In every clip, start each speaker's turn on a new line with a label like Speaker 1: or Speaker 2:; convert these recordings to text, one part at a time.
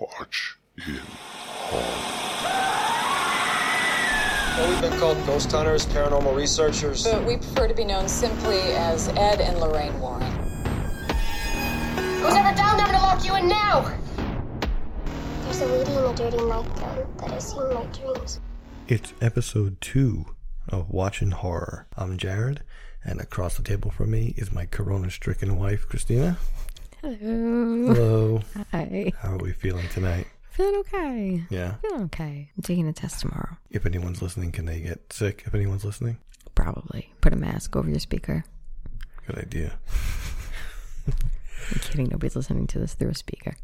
Speaker 1: watch in harm.
Speaker 2: Well, we've been called ghost hunters, paranormal researchers.
Speaker 3: But we prefer to be known simply as Ed and Lorraine Warren.
Speaker 4: Who's ever down there, I'm gonna lock you in now! There's a lady in a dirty nightgown that I see in my dreams.
Speaker 5: It's episode two of Watching Horror. I'm Jared, and across the table from me is my corona stricken wife, Christina.
Speaker 6: Hello.
Speaker 5: Hello.
Speaker 6: Hi.
Speaker 5: How are we feeling tonight?
Speaker 6: Feeling okay.
Speaker 5: Yeah.
Speaker 6: Feeling okay. I'm taking a test tomorrow.
Speaker 5: If anyone's listening, can they get sick? If anyone's listening,
Speaker 6: Probably. Put a mask over your speaker.
Speaker 5: good idea.
Speaker 6: I'm kidding. Nobody's listening to this through a speaker.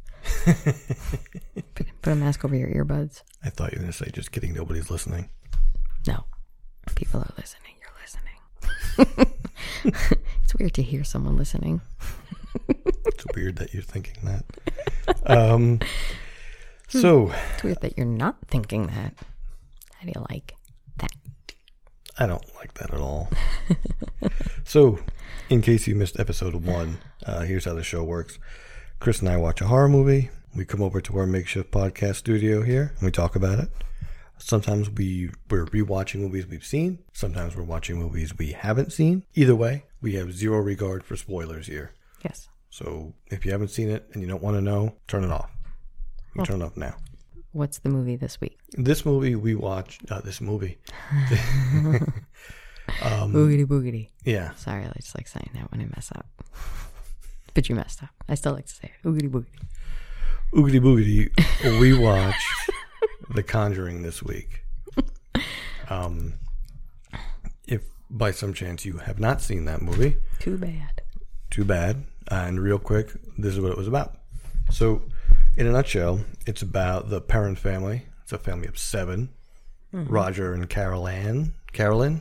Speaker 6: put, put a mask over your earbuds.
Speaker 5: I thought you were going to say, just kidding, nobody's listening.
Speaker 6: No. People are listening. You're listening. it's weird to hear someone listening.
Speaker 5: It's weird that you're thinking that. Um, so,
Speaker 6: It's weird that you're not thinking that. How do you like that?
Speaker 5: I don't like that at all. so, in case you missed episode one, uh, here's how the show works Chris and I watch a horror movie. We come over to our makeshift podcast studio here and we talk about it. Sometimes we, we're rewatching movies we've seen, sometimes we're watching movies we haven't seen. Either way, we have zero regard for spoilers here.
Speaker 6: Yes.
Speaker 5: So, if you haven't seen it and you don't want to know, turn it off. You can turn it off now.
Speaker 6: What's the movie this week?
Speaker 5: This movie we watched, uh, this movie,
Speaker 6: boogity boogity.
Speaker 5: yeah,
Speaker 6: Sorry, I just like saying that when I mess up. but you messed up. I still like to say it. Oogity boogity.
Speaker 5: Oogity boogity, we watched The Conjuring this week. Um, if by some chance you have not seen that movie,
Speaker 6: Too bad.
Speaker 5: too bad. Uh, And real quick, this is what it was about. So, in a nutshell, it's about the Perrin family. It's a family of 7 Roger and Carol Ann. Carolyn?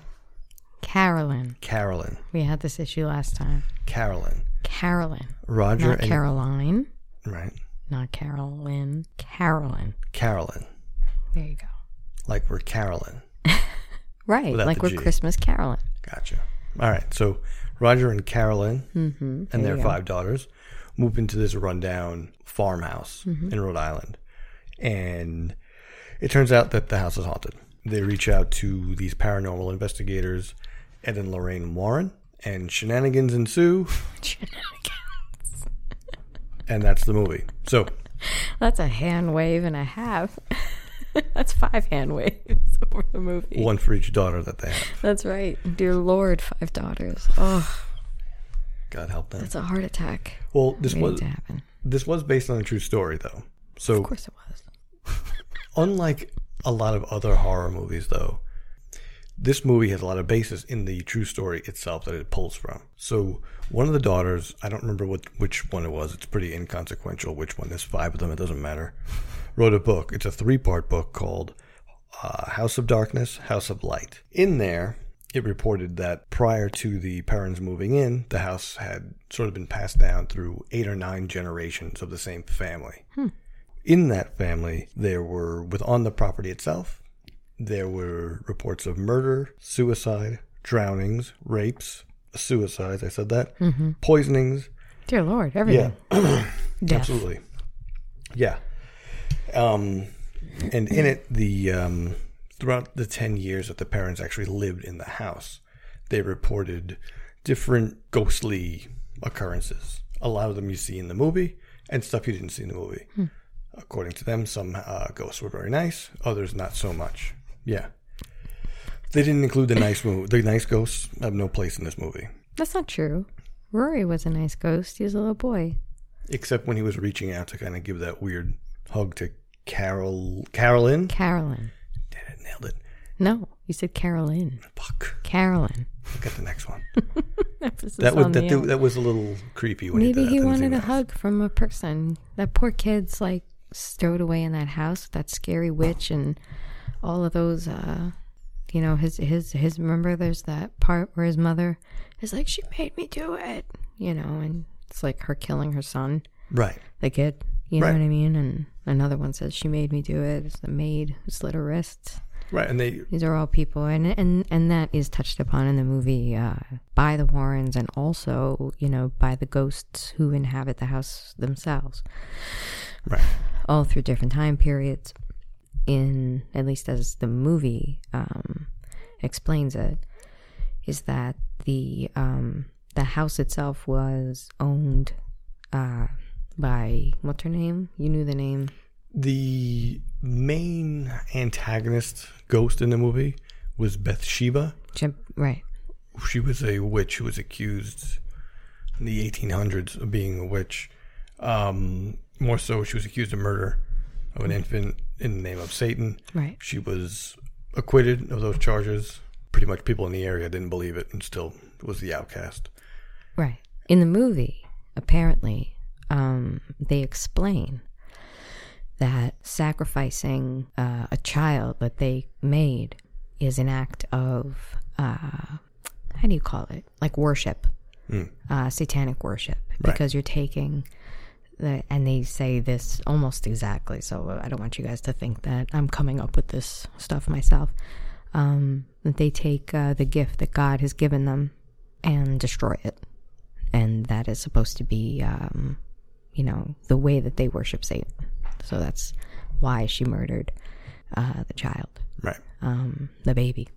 Speaker 6: Carolyn.
Speaker 5: Carolyn.
Speaker 6: We had this issue last time.
Speaker 5: Carolyn.
Speaker 6: Carolyn.
Speaker 5: Roger
Speaker 6: Not
Speaker 5: and.
Speaker 6: Caroline.
Speaker 5: Right.
Speaker 6: Not Carolyn. Carolyn.
Speaker 5: Carolyn.
Speaker 6: There you go.
Speaker 5: Like we're Carolyn.
Speaker 6: Right.
Speaker 5: Without
Speaker 6: like
Speaker 5: the
Speaker 6: we're
Speaker 5: G.
Speaker 6: Christmas Carolyn.
Speaker 5: Gotcha. All right. So Roger and Carolyn
Speaker 6: Mm-hmm.
Speaker 5: and their five daughters move into this rundown farmhouse
Speaker 6: Mm-hmm.
Speaker 5: in Rhode Island. And it turns out that the house is haunted. They reach out to these paranormal investigators, Ed and Lorraine Warren, and shenanigans ensue. And that's the movie. So
Speaker 6: That's a hand wave and a half. That's five hand waves over the movie.
Speaker 5: one for each daughter that they have.
Speaker 6: That's right. Dear Lord, five daughters. Oh,
Speaker 5: God help them.
Speaker 6: it's a heart attack.
Speaker 5: Well, this
Speaker 6: Waiting
Speaker 5: was
Speaker 6: to happen.
Speaker 5: this was based on a true story though. So
Speaker 6: Of course it was.
Speaker 5: unlike a lot of other horror movies though this movie has a lot of basis in the true story itself that it pulls from so one of the daughters i don't remember what which one it was it's pretty inconsequential which one there's five of them it doesn't matter wrote a book it's a three-part book called uh, house of darkness house of light in there it reported that prior to the parents moving in the house had sort of been passed down through eight or nine generations of the same family in that family, there were, with on the property itself, there were reports of murder, suicide, drownings, rapes, suicides. I said that. Poisonings.
Speaker 6: Dear Lord, everything. Death.
Speaker 5: Absolutely. Yeah. Um, and in it, the um, throughout the ten years that the parents actually lived in the house, they reported different ghostly occurrences. A lot of them you see in the movie, and stuff you didn't see in the movie. According to them, some uh, ghosts were very nice; others not so much. Yeah. They didn't include the nice movie. The nice ghosts have no place in this movie,
Speaker 6: That's not true. Rory was a nice ghost. He was a little boy.
Speaker 5: except when he was reaching out to kind of give that weird hug to Carol Carolyn.
Speaker 6: Carolyn.
Speaker 5: Damn it, nailed it.
Speaker 6: No, you said Carolyn.
Speaker 5: Fuck.
Speaker 6: Carolyn.
Speaker 5: Look at the next one.
Speaker 6: This is
Speaker 5: that was
Speaker 6: on
Speaker 5: that,
Speaker 6: the
Speaker 5: do-
Speaker 6: end.
Speaker 5: that was a little creepy when
Speaker 6: Maybe
Speaker 5: he did that.
Speaker 6: he
Speaker 5: Didn't
Speaker 6: wanted
Speaker 5: see
Speaker 6: a
Speaker 5: that.
Speaker 6: hug from a person. That poor kid's like stowed away in that house, that scary witch and all of those uh you know, his his his remember there's that part where his mother is like, She made me do it you know, and it's like her killing her son,
Speaker 5: Right.
Speaker 6: the kid. You know
Speaker 5: Right.
Speaker 6: what I mean? And another one says, She made me do it. It's the maid who slit her wrists.
Speaker 5: Right. And they
Speaker 6: These are all people, and and and that is touched upon in the movie uh, by the Warrens, and also you know by the ghosts who inhabit the house themselves.
Speaker 5: Right.
Speaker 6: all through different time periods. In at least as the movie um, explains it, is that the um, the house itself was owned uh, by what's her name? You knew the name.
Speaker 5: The main antagonist ghost in the movie was Bathsheba.
Speaker 6: Jim, right.
Speaker 5: She was a witch who was accused in the 1800s of being a witch. Um, more so, she was accused of murder of an infant in the name of Satan.
Speaker 6: Right.
Speaker 5: She was acquitted of those charges. Pretty much people in the area didn't believe it and still was the outcast.
Speaker 6: Right. In the movie, apparently, um, they explain that sacrificing uh, a child that they made is an act of, uh, how do you call it? Like worship, uh, satanic worship, because you're taking. The, and they say this almost exactly, so I don't want you guys to think that I'm coming up with this stuff myself. Um, that they take uh, the gift that God has given them and destroy it. And that is supposed to be, um, you know, the way that they worship Satan. So that's why she murdered uh, the child,
Speaker 5: Right.
Speaker 6: um, the baby.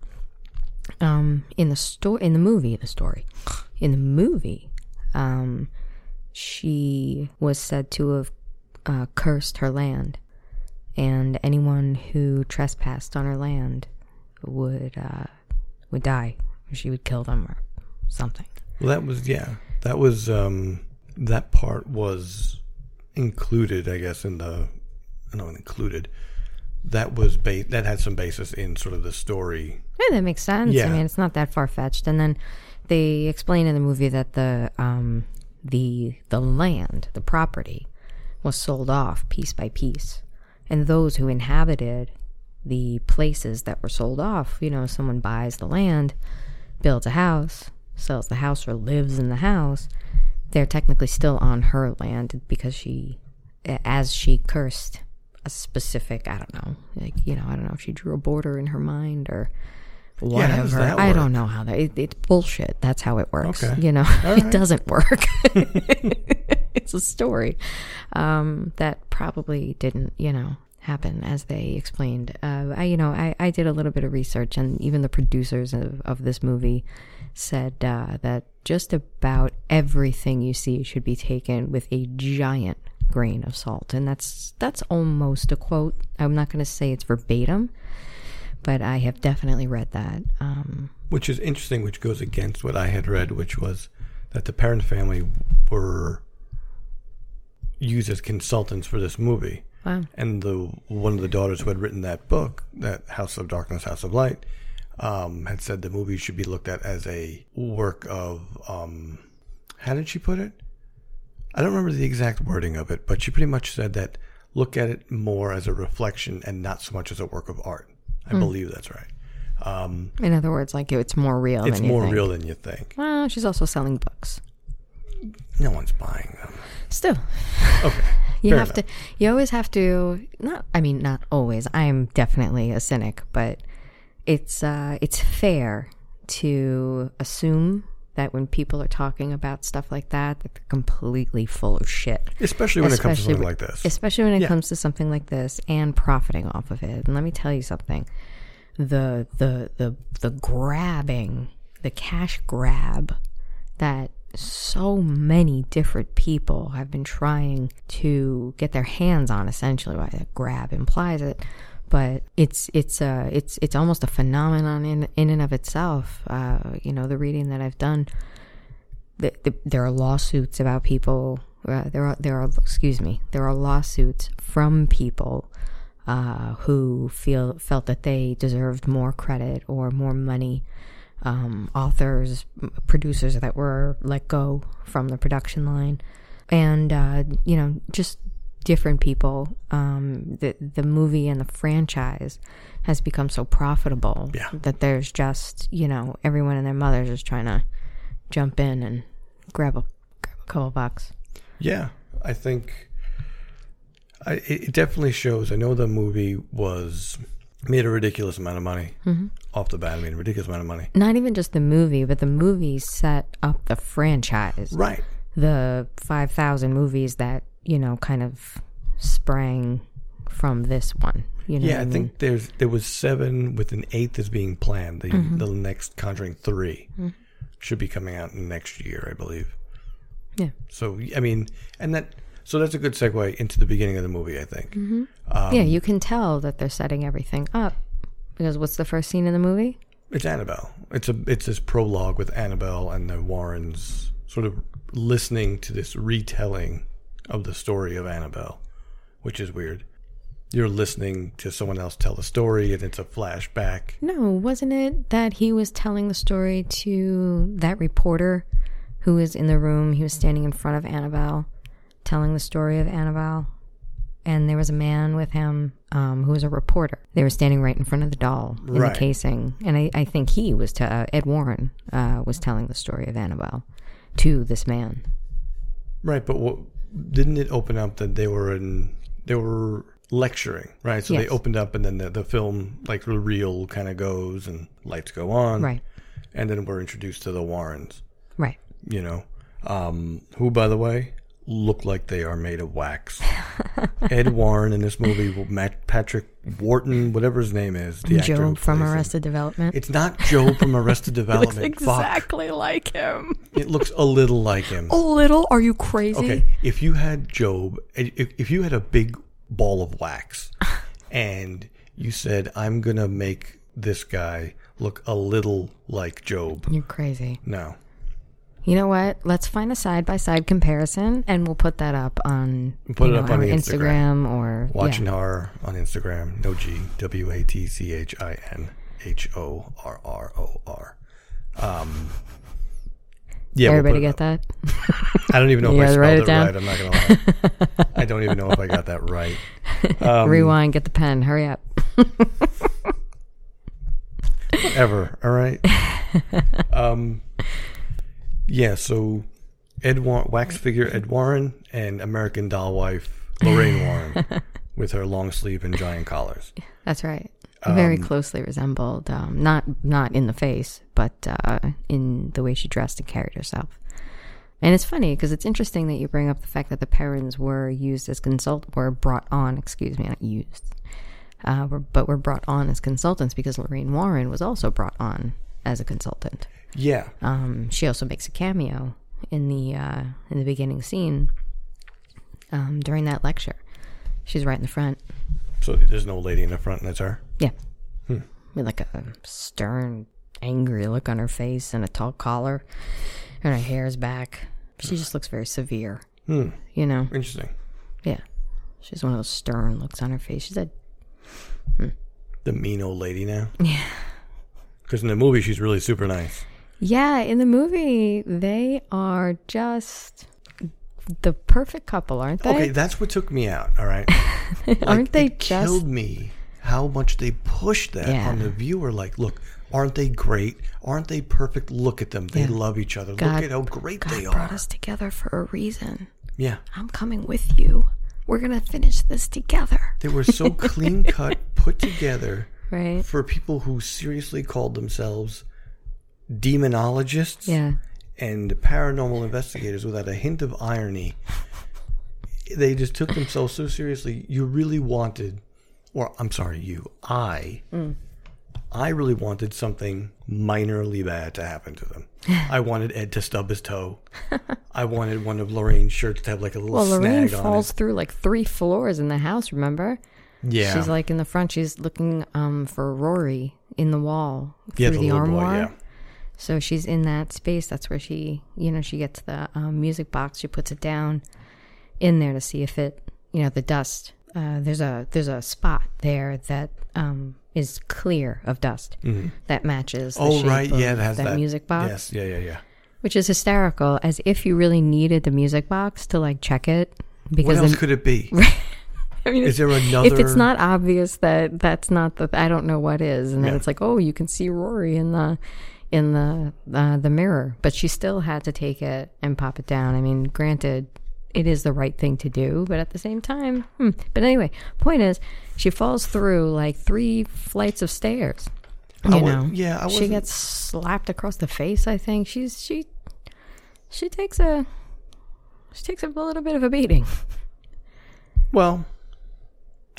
Speaker 6: Um, in the story, in the movie, the story, in the movie, um, she was said to have uh, cursed her land, and anyone who trespassed on her land would uh, would die. She would kill them or something.
Speaker 5: Well, that was yeah. That was um, that part was included, I guess, in the not included. That was ba- that had some basis in sort of the story.
Speaker 6: Yeah, that makes sense.
Speaker 5: Yeah.
Speaker 6: I mean, it's not that far fetched. And then they explain in the movie that the um, the the land, the property, was sold off piece by piece, and those who inhabited the places that were sold off, you know, someone buys the land, builds a house, sells the house, or lives in the house, they're technically still on her land because she, as she cursed a specific, I don't know, like you know, I don't know if she drew a border in her mind or
Speaker 5: Yeah, how does
Speaker 6: whatever.
Speaker 5: that
Speaker 6: I don't
Speaker 5: work?
Speaker 6: know how that. It, it's bullshit. That's how it works.
Speaker 5: Okay.
Speaker 6: You know,
Speaker 5: right.
Speaker 6: it doesn't work. it's a story um, that probably didn't, you know, happen as they explained. Uh, I, you know, I, I did a little bit of research, and even the producers of, of this movie said uh, that just about everything you see should be taken with a giant grain of salt, and that's that's almost a quote. I'm not going to say it's verbatim, but I have definitely read that. Um,
Speaker 5: which is interesting, which goes against what I had read, which was that the parent family were used as consultants for this movie.
Speaker 6: Wow.
Speaker 5: And the one of the daughters who had written that book, that House of Darkness, House of Light, um, had said the movie should be looked at as a work of um, how did she put it? I don't remember the exact wording of it, but she pretty much said that look at it more as a reflection and not so much as a work of art. I
Speaker 6: Hmm.
Speaker 5: believe that's right.
Speaker 6: in other words, like it's more real.
Speaker 5: It's
Speaker 6: than you
Speaker 5: more
Speaker 6: think.
Speaker 5: real than you think.
Speaker 6: Well, she's also selling books.
Speaker 5: No one's buying them.
Speaker 6: Still,
Speaker 5: Okay.
Speaker 6: you
Speaker 5: fair
Speaker 6: have to. You always have to. Not. I mean, not always. I am definitely a cynic, but it's uh, it's fair to assume that when people are talking about stuff like that, that they're completely full of shit.
Speaker 5: Especially when it comes to
Speaker 6: Especially
Speaker 5: something
Speaker 6: wi-
Speaker 5: like this.
Speaker 6: Especially when it
Speaker 5: Yeah.
Speaker 6: comes to something like this and profiting off of it. And let me tell you something. The the the the grabbing, the cash grab that so many different people have been trying to get their hands on essentially why that grab implies it but it's it's uh it's it's almost a phenomenon in in and of itself uh you know the reading that i've done the, the, there are lawsuits about people. Uh, there are there are excuse me. There are lawsuits from people uh, who feel felt that they deserved more credit or more money. Um, authors, m- producers that were let go from the production line, and uh, you know just different people. Um, the the movie and the franchise has become so profitable
Speaker 5: Yeah.
Speaker 6: that there's just you know everyone and their mothers is trying to jump in and grab a, grab a couple bucks.
Speaker 5: Yeah, I think I, it it definitely shows. I know the movie was made a ridiculous amount of money
Speaker 6: Mm-hmm.
Speaker 5: off the bat. I mean, a ridiculous amount of money.
Speaker 6: Not even just the movie, but the movie set up the franchise.
Speaker 5: Right.
Speaker 6: The 5,000 movies that, you know, kind of sprang from this one. You know
Speaker 5: Yeah,
Speaker 6: what
Speaker 5: I
Speaker 6: I mean?
Speaker 5: think there's there was seven with an eighth is being planned. The
Speaker 6: Mm-hmm.
Speaker 5: the next Conjuring 3 should be coming out next year, I believe.
Speaker 6: Yeah.
Speaker 5: So I mean, and that so that's a good segue into the beginning of the movie. I think
Speaker 6: Mm-hmm. yeah, you can tell that they're setting everything up because what's the first scene in the movie?
Speaker 5: it's Annabelle. It's a it's this prologue with Annabelle and the Warrens sort of listening to this retelling of the story of Annabelle, which is weird. You're listening to someone else tell the story, and it's a flashback.
Speaker 6: No, wasn't it that he was telling the story to that reporter who was in the room? He was standing in front of Annabelle, telling the story of Annabelle. And there was a man with him um, who was a reporter. They were standing right in front of the doll in
Speaker 5: Right.
Speaker 6: the casing. And I, I think he was, to, uh, Ed Warren uh, was telling the story of Annabelle to this man.
Speaker 5: Right, but what didn't it open up that they were in they were lecturing, right? So they
Speaker 6: Yes.
Speaker 5: opened up and then the, the film like the reel kind of goes and lights go on.
Speaker 6: Right,
Speaker 5: And then we're introduced to the Warrens,
Speaker 6: right.
Speaker 5: you know. Um, who by the way look like they are made of wax. Ed Warren in this movie, well, Matt Patrick Wharton, whatever his name is, the actor
Speaker 6: Joe
Speaker 5: who
Speaker 6: from
Speaker 5: plays him.
Speaker 6: Arrested Development.
Speaker 5: It's not Joe from Arrested Development. Fuck.
Speaker 6: like him.
Speaker 5: It looks a little like him.
Speaker 6: A little? Are you crazy?
Speaker 5: Okay, if you had Job, if, if you had a big ball of wax and you said, I'm going to make this guy look a little like Job.
Speaker 6: You're crazy.
Speaker 5: No.
Speaker 6: You know what? Let's find a side by side comparison, and we'll put that up on
Speaker 5: Put
Speaker 6: you
Speaker 5: it
Speaker 6: know,
Speaker 5: up on
Speaker 6: our
Speaker 5: the Instagram.
Speaker 6: or
Speaker 5: Watching
Speaker 6: yeah.
Speaker 5: Horror on Instagram. No G. W A T C H I N H O R R O R. Um, yeah, we'll
Speaker 6: Everybody
Speaker 5: put it
Speaker 6: get
Speaker 5: up.
Speaker 6: that?
Speaker 5: I don't even know if
Speaker 6: You
Speaker 5: I
Speaker 6: guys
Speaker 5: spelled
Speaker 6: write
Speaker 5: it,
Speaker 6: it down?
Speaker 5: right. I'm not going to lie. I don't even know if I got that right. Um,
Speaker 6: Rewind. Get the pen. Hurry up.
Speaker 5: ever. All right. um, yeah. So, Ed War- wax figure Ed Warren and American doll wife Lorraine Warren with her long sleeve and giant collars.
Speaker 6: That's right.
Speaker 5: um,
Speaker 6: Very closely resembled. Um, not not in the face, but uh, in the way she dressed and carried herself. And it's funny because it's interesting that you bring up the fact that the parents were used as consult were brought on. Excuse me, not used, uh, were, but were brought on as consultants because Lorraine Warren was also brought on as a consultant.
Speaker 5: Yeah.
Speaker 6: Um, she also makes a cameo in the uh, in the beginning scene um, during that lecture. She's right in the front.
Speaker 5: So there's no lady in the front, and it's her.
Speaker 6: Yeah.
Speaker 5: Hmm.
Speaker 6: With like a stern, angry look on her face and a tall collar, and her hair is back. She just looks very severe.
Speaker 5: Hmm.
Speaker 6: You know?
Speaker 5: Interesting.
Speaker 6: Yeah. She has one of those stern looks on her face. She's a
Speaker 5: The mean old lady now. Yeah. Because in the movie, she's really super nice.
Speaker 6: Yeah, in the movie, they are just the perfect couple, aren't they?
Speaker 5: Okay, that's what took me out. All right.
Speaker 6: aren't they
Speaker 5: it
Speaker 6: just
Speaker 5: killed me how much they pushed that
Speaker 6: Yeah.
Speaker 5: on the viewer like look aren't they great aren't they perfect look at them they love each other
Speaker 6: God-
Speaker 5: look at how great
Speaker 6: God
Speaker 5: they
Speaker 6: brought
Speaker 5: are
Speaker 6: us together for a reason?
Speaker 5: yeah
Speaker 6: I'm coming with you. We're gonna finish this together.
Speaker 5: they were so clean cut put together
Speaker 6: Right?
Speaker 5: for people who seriously called themselves demonologists
Speaker 6: Yeah.
Speaker 5: and paranormal investigators without a hint of irony. They just took themselves so seriously. You really wanted, or I'm sorry, you, I,
Speaker 6: Mm.
Speaker 5: I really wanted something minorly bad to happen to them. I wanted Ed to stub his toe. I wanted one of Lorraine's shirts to have like a little
Speaker 6: Well, Lorraine
Speaker 5: snag
Speaker 6: falls through like three floors in the house, remember?
Speaker 5: on it. Yeah.
Speaker 6: She's like in the front, she's looking um, for Rory in the wall
Speaker 5: yeah,
Speaker 6: through the,
Speaker 5: little
Speaker 6: armoire.
Speaker 5: yeah.
Speaker 6: So she's in that space. That's where she, you know, she gets the um, music box. She puts it down in there to see if it, you know, the dust. Uh, there's a there's a spot there that um, is clear of dust that matches. The
Speaker 5: Mm-hmm. Oh,
Speaker 6: shape
Speaker 5: right.
Speaker 6: of
Speaker 5: Yeah, it has that,
Speaker 6: music box
Speaker 5: Yes. Yeah, yeah, yeah.
Speaker 6: which is hysterical, as if you really needed the music box to like check it. Because
Speaker 5: What else
Speaker 6: then-
Speaker 5: could it be?
Speaker 6: I mean,
Speaker 5: Is there
Speaker 6: if it's
Speaker 5: another-
Speaker 6: not obvious that that's not the I don't know what is, and then it's like, oh, you can see Rory in the in the uh, the mirror, but she still had to take it and pop it down. I mean, granted, it is the right thing to do, but at the same time, hmm. but anyway, point is, she falls through like three flights of stairs. You
Speaker 5: wa-
Speaker 6: know,
Speaker 5: yeah, I
Speaker 6: she
Speaker 5: wasn't-
Speaker 6: gets slapped across the face. I think she's she she takes a she takes a little bit of a beating.
Speaker 5: Well,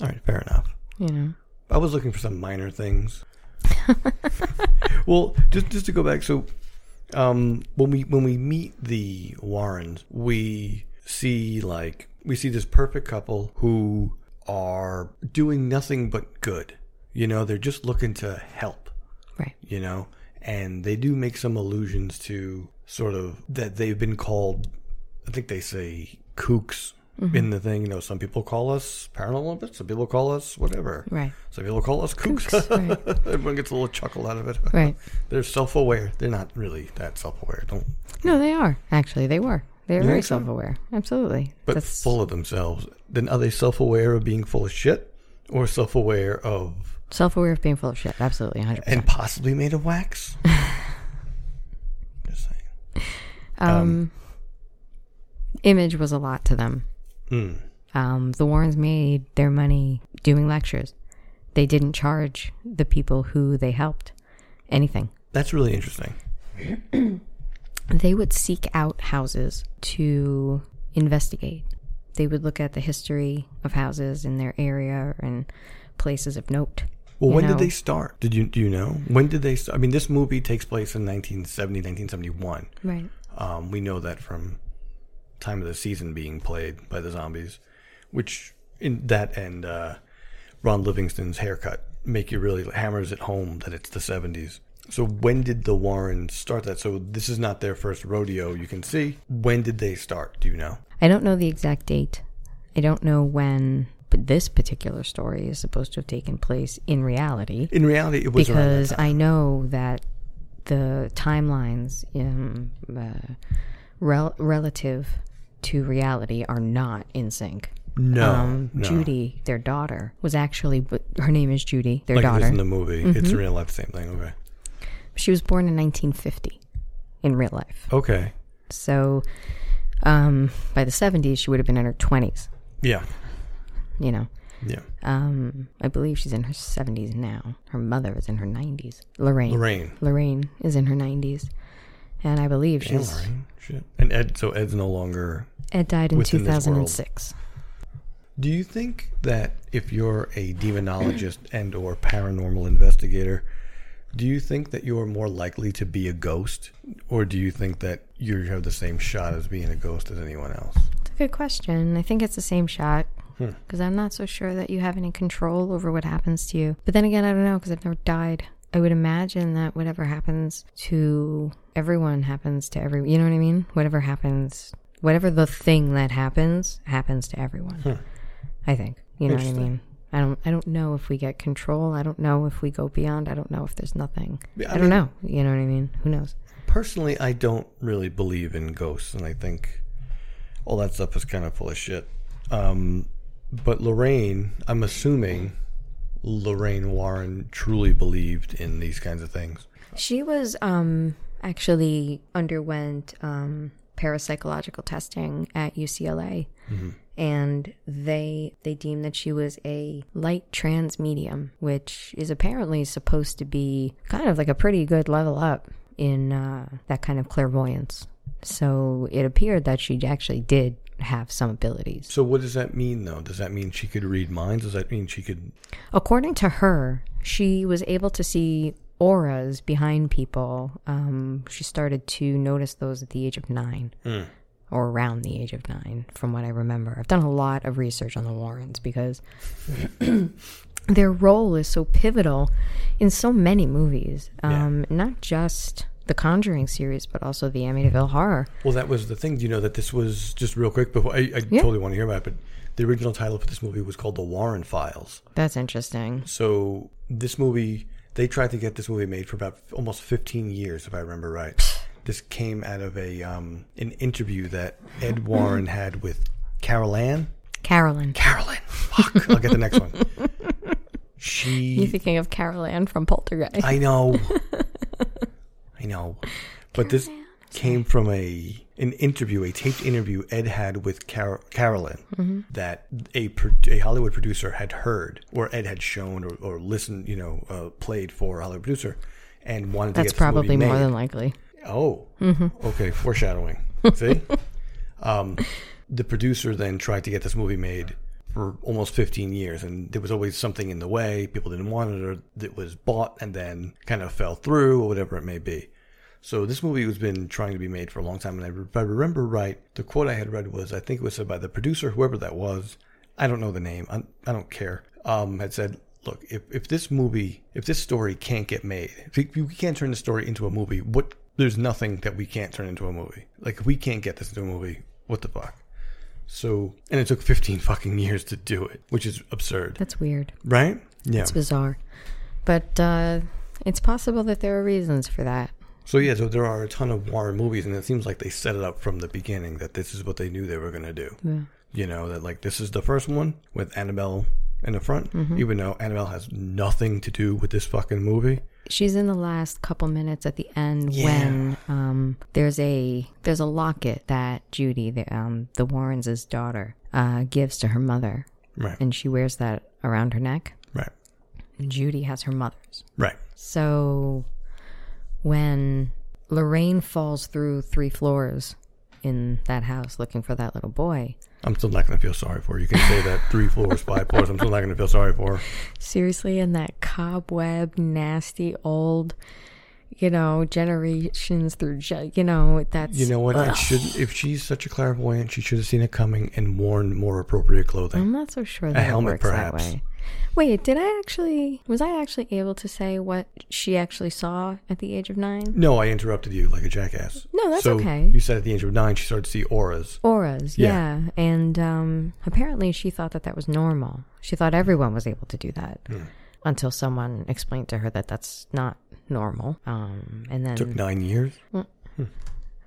Speaker 5: all right, fair enough.
Speaker 6: You know,
Speaker 5: I was looking for some minor things. well, just just to go back, so um, when we when we meet the Warrens, we see like we see this perfect couple who are doing nothing but good. You know, they're just looking to help
Speaker 6: right?
Speaker 5: you know and they do make some allusions to sort of that they've been called i think they say kooks in the thing you know some people call us paralympics some people call us whatever
Speaker 6: Right.
Speaker 5: some people call us kooks,
Speaker 6: Kooks, right.
Speaker 5: everyone gets a little chuckle out of it
Speaker 6: Right.
Speaker 5: they're self-aware they're not really that self-aware don't
Speaker 6: No, they are actually. They were. They were very
Speaker 5: think so?
Speaker 6: self-aware. Absolutely.
Speaker 5: but
Speaker 6: That's
Speaker 5: full of themselves then are they self-aware of being full of shit or self-aware of
Speaker 6: self-aware of being full of shit. Absolutely, hundred percent.
Speaker 5: and possibly made of wax just saying
Speaker 6: Image was a lot to them.
Speaker 5: Hmm.
Speaker 6: Um, the Warrens made their money doing lectures. They didn't charge the people who they helped anything.
Speaker 5: that's really interesting
Speaker 6: they would seek out houses to investigate. They would look at the history of houses in their area and places of note.
Speaker 5: Well,
Speaker 6: you
Speaker 5: when
Speaker 6: know?
Speaker 5: did they start? Did you do you know when did they? St- I mean, this movie takes place in 1970, 1971.
Speaker 6: Right.
Speaker 5: Um, we know that from time of the season being played by the zombies, which in that and uh, Ron Livingston's haircut make you really hammers it home that it's the 70s. So when did the Warrens start that? So this is not their first rodeo. You can see when did they start? Do you know?
Speaker 6: I don't know the exact date. I don't know when but this particular story is supposed to have taken place in reality
Speaker 5: In reality, it was around that
Speaker 6: because I know that the timelines um, uh, rel- relative to reality are not in sync.
Speaker 5: time. no,
Speaker 6: um,
Speaker 5: no.
Speaker 6: Judy, their daughter, was actually but her name is Judy, their
Speaker 5: Like it
Speaker 6: daughter.
Speaker 5: was
Speaker 6: Mm-hmm.
Speaker 5: in the movie. It's in real life, same thing. Okay,
Speaker 6: she was born in 1950 in real life.
Speaker 5: okay,
Speaker 6: So um, by the 70s, she would have been in her 20s.
Speaker 5: yeah,
Speaker 6: You know,
Speaker 5: yeah.
Speaker 6: um, I believe she's in her 70s now. Her mother is in her 90s. Lorraine.
Speaker 5: Lorraine.
Speaker 6: Lorraine is in her 90s, and I believe she's
Speaker 5: Lorraine. Shit. And Ed, so Ed's no longer.
Speaker 6: Ed died in
Speaker 5: Within this world.
Speaker 6: 2006.
Speaker 5: Do you think that if you're a demonologist and or paranormal investigator, do you think that you're more likely to be a ghost, or do you think that you have the same shot as being a ghost as anyone else?
Speaker 6: It's a good question. I think it's the same shot
Speaker 5: Hmm.
Speaker 6: because I'm not so sure that you have any control over what happens to you. But then again, I don't know because I've never died. I would imagine that whatever happens to everyone happens to every. You know what I mean? Whatever happens, whatever the thing that happens happens to everyone.
Speaker 5: Hmm.
Speaker 6: I think. You know what I mean? I don't. I don't know if we get control. I don't know if we go beyond. I don't know if there's nothing.
Speaker 5: Yeah, I
Speaker 6: I, don't
Speaker 5: mean-
Speaker 6: know. You know what I mean? Who knows?
Speaker 5: Personally, I don't really believe in ghosts, and I think all that stuff is kind of full of shit. Um, but Lorraine, I'm assuming Lorraine Warren truly believed in these kinds of things.
Speaker 6: She was um, actually underwent um, parapsychological testing at UCLA, and they they deemed that she was a light trans medium, which is apparently supposed to be kind of like a pretty good level up in uh, that kind of clairvoyance. So it appeared that she actually did have some abilities.
Speaker 5: So what does that mean though? Does that mean she could read minds? Does that mean she could
Speaker 6: According to her, she was able to see auras behind people. Um, she started to notice those at the age of nine.
Speaker 5: Hmm.
Speaker 6: Or around the age of nine, from what I remember. I've done a lot of research on the Warrens because their role is so pivotal in so many movies. Um, Not just the Conjuring series, but also the Amityville Horror.
Speaker 5: Well, that was the thing, do you know, that this was just real quick before I, I totally want to hear about it, but the original title for this movie was called The Warren Files.
Speaker 6: That's interesting.
Speaker 5: So this movie they tried to get this movie made for about almost 15 years if I remember right. This came out of a um, an interview that Ed Warren had with Carol Ann.
Speaker 6: Carolyn.
Speaker 5: Carolyn. Fuck. I'll get the next one. She
Speaker 6: You're thinking of Carol Ann from Poltergeist.
Speaker 5: I know. I know. But this came from a an interview, a taped interview Ed had with Car- Carolyn
Speaker 6: Mm-hmm.
Speaker 5: that a pro- a Hollywood producer had heard, or Ed had shown, or, or listened, you know, uh, played for a Hollywood producer, and wanted
Speaker 6: That's
Speaker 5: to get this movie
Speaker 6: probably more
Speaker 5: made.
Speaker 6: than likely.
Speaker 5: Oh, okay. Foreshadowing. See, um, the producer then tried to get this movie made for almost 15 years, and there was always something in the way. People didn't want it, or that was bought and then kind of fell through, or whatever it may be. So this movie has been trying to be made for a long time, and I, if I remember right, the quote I had read was, I think it was said by the producer, whoever that was, I don't know the name, I, I don't care, um, had said, look, if, if this movie, if this story can't get made, if you- you can't turn the story into a movie, what, there's nothing that we can't turn into a movie. Like, if we can't get this into a movie, what the fuck? So, and it took 15 fucking years to do it, which is absurd,
Speaker 6: That's weird.
Speaker 5: right? Yeah.
Speaker 6: It's bizarre. But uh, it's possible that there are reasons for that.
Speaker 5: So yeah, so there are a ton of Warren movies, and it seems like they set it up from the beginning that this is what they knew they were gonna do. You know that like this is the first one with Annabelle in the front,
Speaker 6: Mm-hmm.
Speaker 5: even though Annabelle has nothing to do with this fucking movie.
Speaker 6: She's in the last couple minutes at the end when um, there's a there's a locket that Judy, the, um, the Warrens' daughter, uh, gives to her mother,
Speaker 5: Right.
Speaker 6: and she wears that around her neck.
Speaker 5: right.
Speaker 6: And Judy has her mother's.
Speaker 5: Right.
Speaker 6: So when Lorraine falls through three floors in that house looking for that little boy,
Speaker 5: I'm still not gonna feel sorry for her. You can say that three floors, five floors. I'm still not gonna feel sorry for her.
Speaker 6: seriously in that cobweb nasty old you know generations through ge- you know that's
Speaker 5: You know what? It should if she's such a clairvoyant, she should have seen it coming and worn more appropriate clothing.
Speaker 6: i'm not so sure that
Speaker 5: helmet,
Speaker 6: it works
Speaker 5: perhaps.
Speaker 6: that way wait did i actually was i actually able to say what she actually saw at the age of nine
Speaker 5: No, I interrupted you like a jackass.
Speaker 6: No, that's
Speaker 5: so
Speaker 6: okay.
Speaker 5: You said at the age of nine, she started to see auras.
Speaker 6: auras
Speaker 5: Yeah.
Speaker 6: yeah, and um apparently she thought that that was normal she thought everyone was able to do that
Speaker 5: Hmm.
Speaker 6: until someone explained to her that that's not normal um and then
Speaker 5: Took nine years.
Speaker 6: i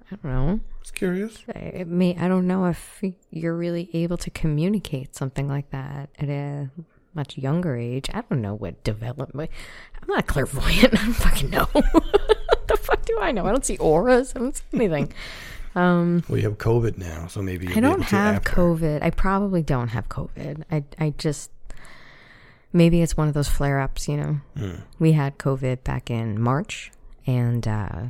Speaker 6: don't know
Speaker 5: It's curious.
Speaker 6: it may I don't know if you're really able to communicate something like that at a much younger age. I don't know what development. I'm not clairvoyant. I don't fucking know. what the fuck do I know? I don't see auras. I don't see anything.
Speaker 5: Well, you have COVID now, so maybe you'll
Speaker 6: I
Speaker 5: be
Speaker 6: don't
Speaker 5: able to
Speaker 6: have
Speaker 5: after.
Speaker 6: COVID. I probably don't have COVID. I I just maybe it's one of those flare ups. You know,
Speaker 5: Hmm.
Speaker 6: we had COVID back in March, and uh,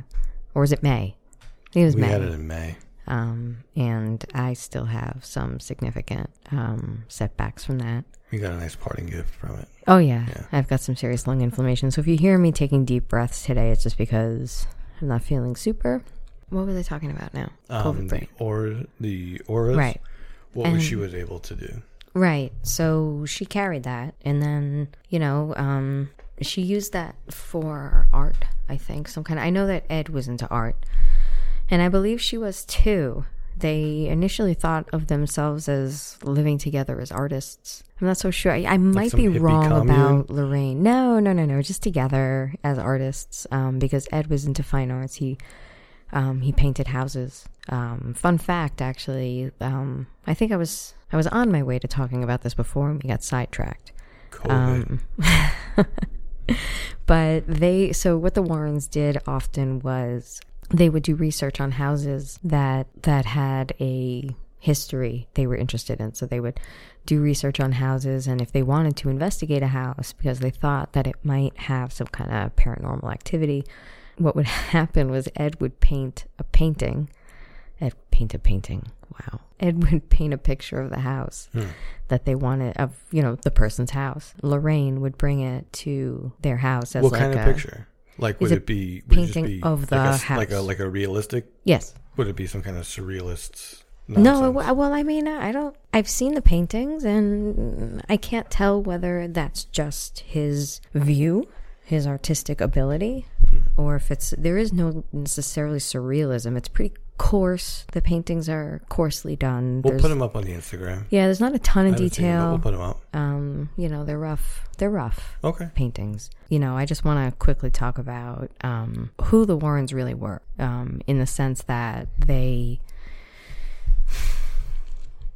Speaker 6: or was it May? I think it was
Speaker 5: We
Speaker 6: May.
Speaker 5: had it in May.
Speaker 6: um, and I still have some significant um, setbacks from that.
Speaker 5: We got a nice parting gift from it.
Speaker 6: Oh yeah. I've got some serious lung inflammation. So if you hear me taking deep breaths today, it's just because I'm not feeling super. What was I talking about now?
Speaker 5: Um,
Speaker 6: COVID
Speaker 5: the
Speaker 6: break.
Speaker 5: or the auras.
Speaker 6: Right.
Speaker 5: What was she was able to do?
Speaker 6: Right. So she carried that, and then you know, um, she used that for art. I think some kind. Of, I know that Ed was into art, and I believe she was too. They initially thought of themselves as living together as artists. I'm not so sure. I, I might
Speaker 5: some
Speaker 6: be
Speaker 5: hippie
Speaker 6: wrong
Speaker 5: commune?
Speaker 6: about Lorraine. No, no, no, no. Just together as artists, um, because Ed was into fine arts. He um, he painted houses. Um, fun fact, actually, um, I think I was I was on my way to talking about this before and we got sidetracked.
Speaker 5: COVID.
Speaker 6: But they so what the Warrens did often was they would do research on houses that that had a history they were interested in. So they would do research on houses and if they wanted to investigate a house because they thought that it might have some kind of paranormal activity, what would happen was Ed would paint a painting Ed would paint a painting. Wow. Ed would paint a picture of the house
Speaker 5: Hmm.
Speaker 6: that they wanted of you know the person's house. Lorraine would bring it to their house as
Speaker 5: what
Speaker 6: like
Speaker 5: kind
Speaker 6: a
Speaker 5: of picture? Like, would
Speaker 6: a
Speaker 5: it be would it just
Speaker 6: painting
Speaker 5: be
Speaker 6: of the
Speaker 5: like a,
Speaker 6: house.
Speaker 5: like a like a realistic?
Speaker 6: yes.
Speaker 5: Would it be some kind of surrealist?
Speaker 6: No, it,
Speaker 5: nonsense?
Speaker 6: wa- well, I mean, I I don't. I've seen the paintings, and I can't tell whether that's just his view, his artistic ability,
Speaker 5: Hmm.
Speaker 6: or if it's there is no necessarily surrealism. It's pretty coarse. The paintings are coarsely done.
Speaker 5: We'll
Speaker 6: There's-
Speaker 5: put them up on the Instagram.
Speaker 6: yeah, there's not a ton
Speaker 5: I
Speaker 6: of
Speaker 5: haven't seen 'em, but
Speaker 6: detail.
Speaker 5: We'll put them up.
Speaker 6: um, you know, they're rough. They're rough
Speaker 5: Okay.
Speaker 6: paintings. You know, I just want to quickly talk about um, who the Warrens really were, um, in the sense that they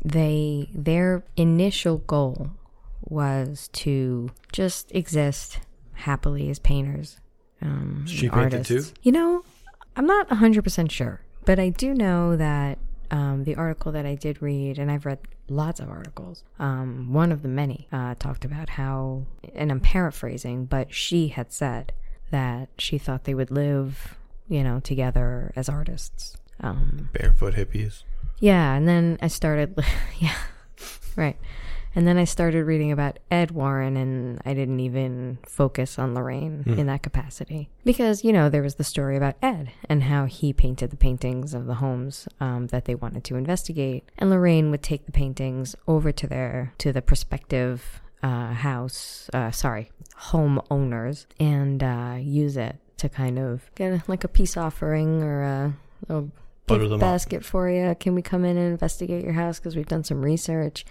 Speaker 6: they their initial goal was to just exist happily as painters. Um,
Speaker 5: She
Speaker 6: and
Speaker 5: painted too?
Speaker 6: artists. You know, I'm not 100% sure, but I do know that um, the article that I did read, and I've read lots of articles, um, one of the many uh, talked about how, and I'm paraphrasing, but she had said that she thought they would live, you know, together as artists. Um,
Speaker 5: Barefoot hippies.
Speaker 6: yeah, and then I started, yeah, right. And then I started reading about Ed Warren, and I didn't even focus on Lorraine
Speaker 5: Hmm.
Speaker 6: in that capacity because you know there was the story about Ed and how he painted the paintings of the homes um, that they wanted to investigate, and Lorraine would take the paintings over to their to the prospective uh, house, uh, sorry, homeowners, and uh, use it to kind of get a- like a peace offering or a little
Speaker 5: Butter
Speaker 6: gift
Speaker 5: them up.
Speaker 6: basket for you. Can we come in and investigate your house because we've done some research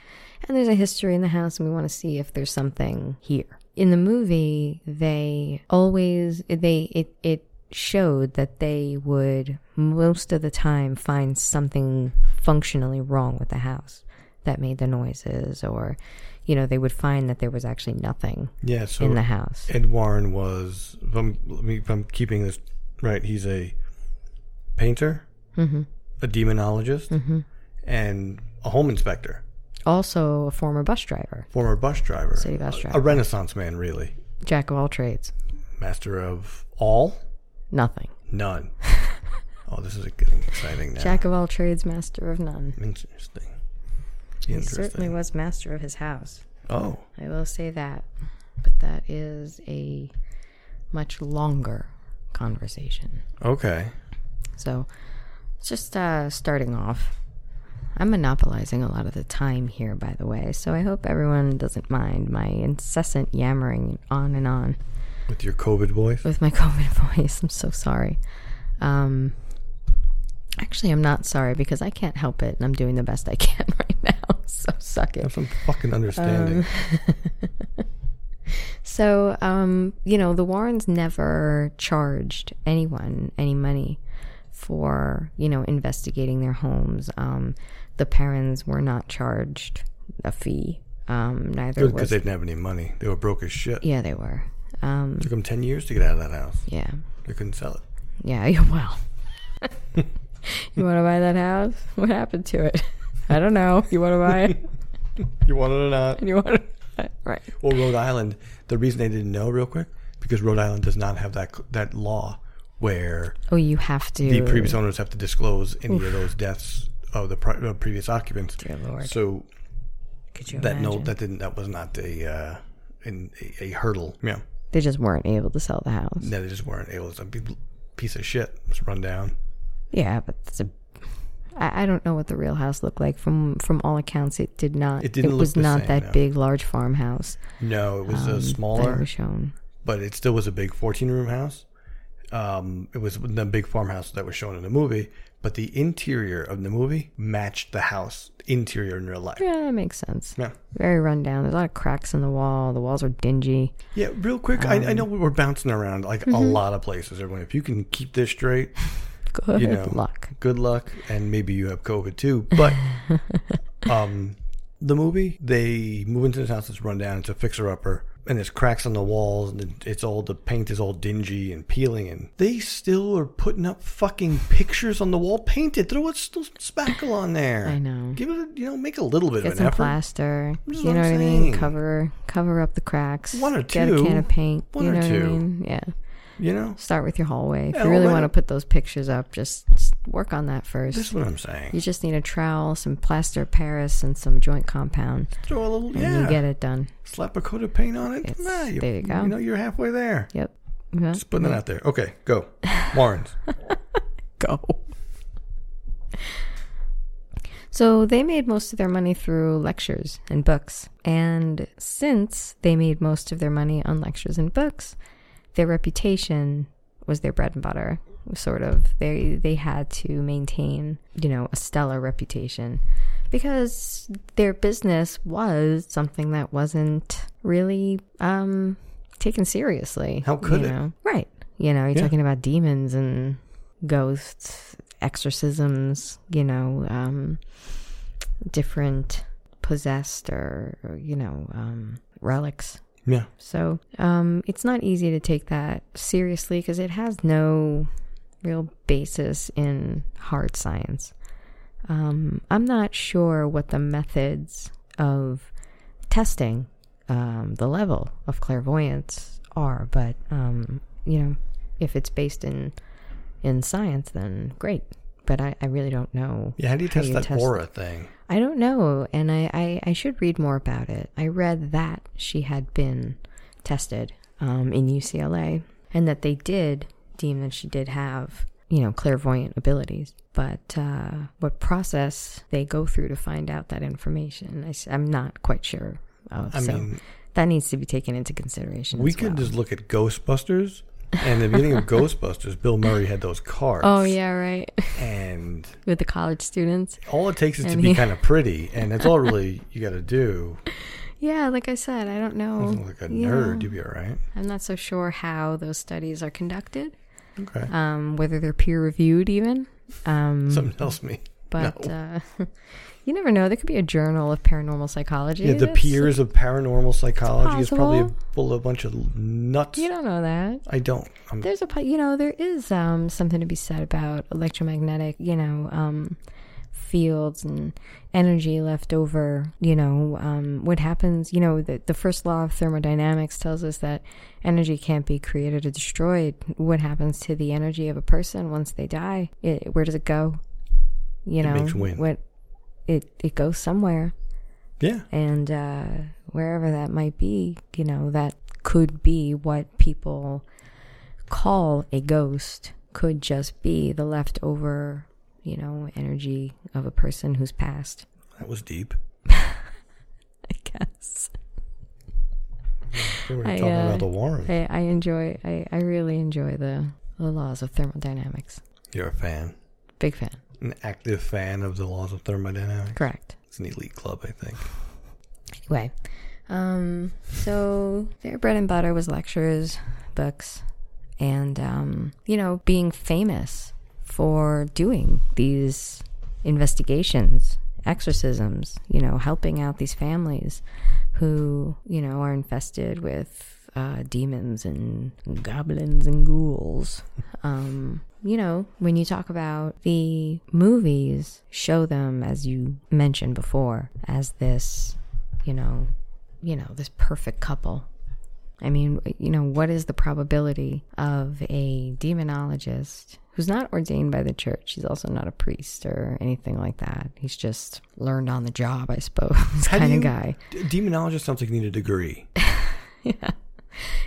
Speaker 6: and there's a history in the house and we want to see if there's something here. In the movie, they always they it it showed that they would most of the time find something functionally wrong with the house that made the noises or you know they would find that there was actually nothing
Speaker 5: Yeah, so
Speaker 6: in the house
Speaker 5: Ed Warren was, if I'm, let me- if I'm keeping this right, he's a painter,
Speaker 6: Mm-hmm.
Speaker 5: a demonologist, and a home inspector,
Speaker 6: also a former bus driver
Speaker 5: former bus driver,
Speaker 6: city bus
Speaker 5: a
Speaker 6: driver
Speaker 5: Renaissance man, really,
Speaker 6: jack of all trades
Speaker 5: master of all,
Speaker 6: nothing
Speaker 5: none. oh, this is getting exciting now.
Speaker 6: jack of all trades master of none
Speaker 5: Interesting.
Speaker 6: He certainly
Speaker 5: Interesting.
Speaker 6: was master of his house.
Speaker 5: Oh,
Speaker 6: I will say that. But that is a much longer conversation.
Speaker 5: okay.
Speaker 6: So just uh, starting off. I'm monopolizing a lot of the time here, by the way, so I hope everyone doesn't mind my incessant yammering on and on
Speaker 5: With your COVID voice?
Speaker 6: with my COVID voice. I'm so sorry. Um, actually, I'm not sorry because I can't help it, and I'm doing the best I can right now, so suck it.
Speaker 5: Have some fucking understanding.
Speaker 6: Um, So, um, you know, the Warrens never charged anyone any money for, you know, investigating their homes. Um, the parents were not charged a fee. Um, neither
Speaker 5: Because
Speaker 6: was.
Speaker 5: they didn't have any money. They were broke as shit.
Speaker 6: yeah, they were. Um,
Speaker 5: Took them 10 years to get out of that house.
Speaker 6: yeah.
Speaker 5: They couldn't sell it.
Speaker 6: Yeah, yeah, well. you want to buy that house? What happened to it? I don't know. You want to buy it?
Speaker 5: You want it or not?
Speaker 6: You want to. Right.
Speaker 5: Well, Rhode Island. The reason they didn't know, real quick, because Rhode Island does not have that that law where
Speaker 6: Oh, you have to.
Speaker 5: the previous owners have to disclose any of those deaths of the pri- of previous occupants.
Speaker 6: Dear Lord.
Speaker 5: So
Speaker 6: Could you
Speaker 5: that no,
Speaker 6: imagine?
Speaker 5: that didn't. That was not a uh, an, a, a hurdle. Yeah,
Speaker 6: They just weren't able to sell the house.
Speaker 5: no, they just weren't able. It's a big piece of shit. It's run down.
Speaker 6: Yeah, but it's a. I, I don't know what the real house looked like. From from all accounts, it did not.
Speaker 5: It didn't look
Speaker 6: was
Speaker 5: the
Speaker 6: not
Speaker 5: same,
Speaker 6: that
Speaker 5: no.
Speaker 6: big, large farmhouse
Speaker 5: No, it was a
Speaker 6: that
Speaker 5: smaller,
Speaker 6: was shown.
Speaker 5: but it still was a big fourteen room house. Um, it was the big farmhouse that was shown in the movie, but the interior of the movie matched the house interior in real life.
Speaker 6: Yeah, that makes sense.
Speaker 5: Yeah.
Speaker 6: Very rundown. There's a lot of cracks in the wall. The walls are dingy.
Speaker 5: Yeah, real quick, I, I know we're bouncing around like a lot of places. Everyone, if you can keep this straight,
Speaker 6: Good
Speaker 5: you know,
Speaker 6: luck.
Speaker 5: Good luck, and maybe you have COVID too. But um, the movie, they move into this house that's run down. It's a fixer upper, and there's cracks on the walls, and it's all the paint is all dingy and peeling, and they still are putting up fucking pictures on the wall, painted. Throw a still spackle on there.
Speaker 6: I know.
Speaker 5: Give it, a, you know, make a little bit
Speaker 6: Get
Speaker 5: of an
Speaker 6: some
Speaker 5: effort.
Speaker 6: plaster.
Speaker 5: is
Speaker 6: You
Speaker 5: what
Speaker 6: know what
Speaker 5: I'm
Speaker 6: I mean?
Speaker 5: saying.
Speaker 6: Cover cover up the cracks.
Speaker 5: One or
Speaker 6: Get a can
Speaker 5: two.
Speaker 6: of paint.
Speaker 5: One
Speaker 6: you
Speaker 5: or
Speaker 6: know what I
Speaker 5: two.
Speaker 6: mean? Yeah.
Speaker 5: You know,
Speaker 6: Start with your hallway. If
Speaker 5: Yeah,
Speaker 6: you really
Speaker 5: already-
Speaker 6: want to put those pictures up, just, just work on that first.
Speaker 5: this is what I'm saying.
Speaker 6: you just need a trowel, some plaster of Paris, and some joint compound.
Speaker 5: Throw a little,
Speaker 6: and
Speaker 5: yeah.
Speaker 6: you get it done.
Speaker 5: slap a coat of paint on it.
Speaker 6: It's-
Speaker 5: nah, you,
Speaker 6: there you go.
Speaker 5: You know, you're halfway there.
Speaker 6: Yep. Yeah.
Speaker 5: Just putting it out there. Okay, go. Warren's.
Speaker 6: go. So they made most of their money through lectures and books. And since they made most of their money on lectures and books, their reputation was their bread and butter. Sort of they they had to maintain, you know, a stellar reputation because their business was something that wasn't really um taken seriously.
Speaker 5: How could
Speaker 6: you
Speaker 5: it?
Speaker 6: know? Right. You know, you're
Speaker 5: Yeah.
Speaker 6: talking about demons and ghosts, exorcisms, you know, um, different possessed or, or, you know, um, relics.
Speaker 5: Yeah.
Speaker 6: So um, it's not easy to take that seriously because it has no real basis in hard science. Um, I'm not sure what the methods of testing um, the level of clairvoyance are, but um, you know, if it's based in in science, then great. but I, I really don't know.
Speaker 5: Yeah, how do you test that aura thing?
Speaker 6: I don't know, and I, I, I should read more about it. I read that she had been tested um, in UCLA and that they did deem that she did have, you know, clairvoyant abilities. But uh, what process they go through to find out that information, I, am not quite sure of.
Speaker 5: I
Speaker 6: so
Speaker 5: mean-
Speaker 6: that needs to be taken into consideration.
Speaker 5: we
Speaker 6: as
Speaker 5: could
Speaker 6: well.
Speaker 5: just look at Ghostbusters. And the beginning of Ghostbusters, Bill Murray had those cards.
Speaker 6: Oh, yeah, right.
Speaker 5: And
Speaker 6: With the college students.
Speaker 5: all it takes is to
Speaker 6: And
Speaker 5: be
Speaker 6: he-
Speaker 5: kind of pretty, and that's all really you got to do.
Speaker 6: Yeah, like I said, I don't know.
Speaker 5: Like a
Speaker 6: Yeah.
Speaker 5: nerd, you'd be all right.
Speaker 6: I'm not so sure how those studies are conducted,
Speaker 5: Okay.
Speaker 6: um, whether they're peer reviewed, even. Um,
Speaker 5: Something else, me.
Speaker 6: but uh, you never know. There could be a journal of paranormal psychology.
Speaker 5: Yeah, the
Speaker 6: That's-
Speaker 5: peers of paranormal psychology is probably a,
Speaker 6: possible.
Speaker 5: full of a bunch of nuts.
Speaker 6: You don't know that.
Speaker 5: I don't. I'm,
Speaker 6: There's a, po- you know, there is um, something to be said about electromagnetic, you know, um, fields and energy left over. You know, um, what happens, you know, the, the first law of thermodynamics tells us that energy can't be created or destroyed. What happens to the energy of a person once they die? It, where does it go? You know,
Speaker 5: makes wind.
Speaker 6: what it it goes somewhere.
Speaker 5: yeah.
Speaker 6: and uh, wherever that might be, you know, that could be what people call a ghost, could just be the leftover, you know, energy of a person who's passed,
Speaker 5: That was deep.
Speaker 6: I guess.
Speaker 5: We were
Speaker 6: I,
Speaker 5: talking
Speaker 6: uh,
Speaker 5: about the Warren.
Speaker 6: I, I enjoy, I, I really enjoy the, the laws of thermodynamics.
Speaker 5: You're a fan,
Speaker 6: Big fan.
Speaker 5: an active fan of the laws of thermodynamics.
Speaker 6: Correct.
Speaker 5: It's an elite club, I think.
Speaker 6: Anyway, um, so their bread and butter was lectures, books, and um, you know, being famous for doing these investigations, exorcisms. You know, helping out these families who you know are infested with. Uh, demons and goblins and ghouls. Um, you know, when you talk about the movies, show them, as you mentioned before, as this you know, you know, this perfect couple. I mean, you know, what is the probability of a demonologist who's not ordained by the church? He's also not a priest or anything like that. He's just learned on the job, I suppose,
Speaker 5: How do
Speaker 6: kind
Speaker 5: you-
Speaker 6: of guy.
Speaker 5: D- demonologist sounds like you need a degree.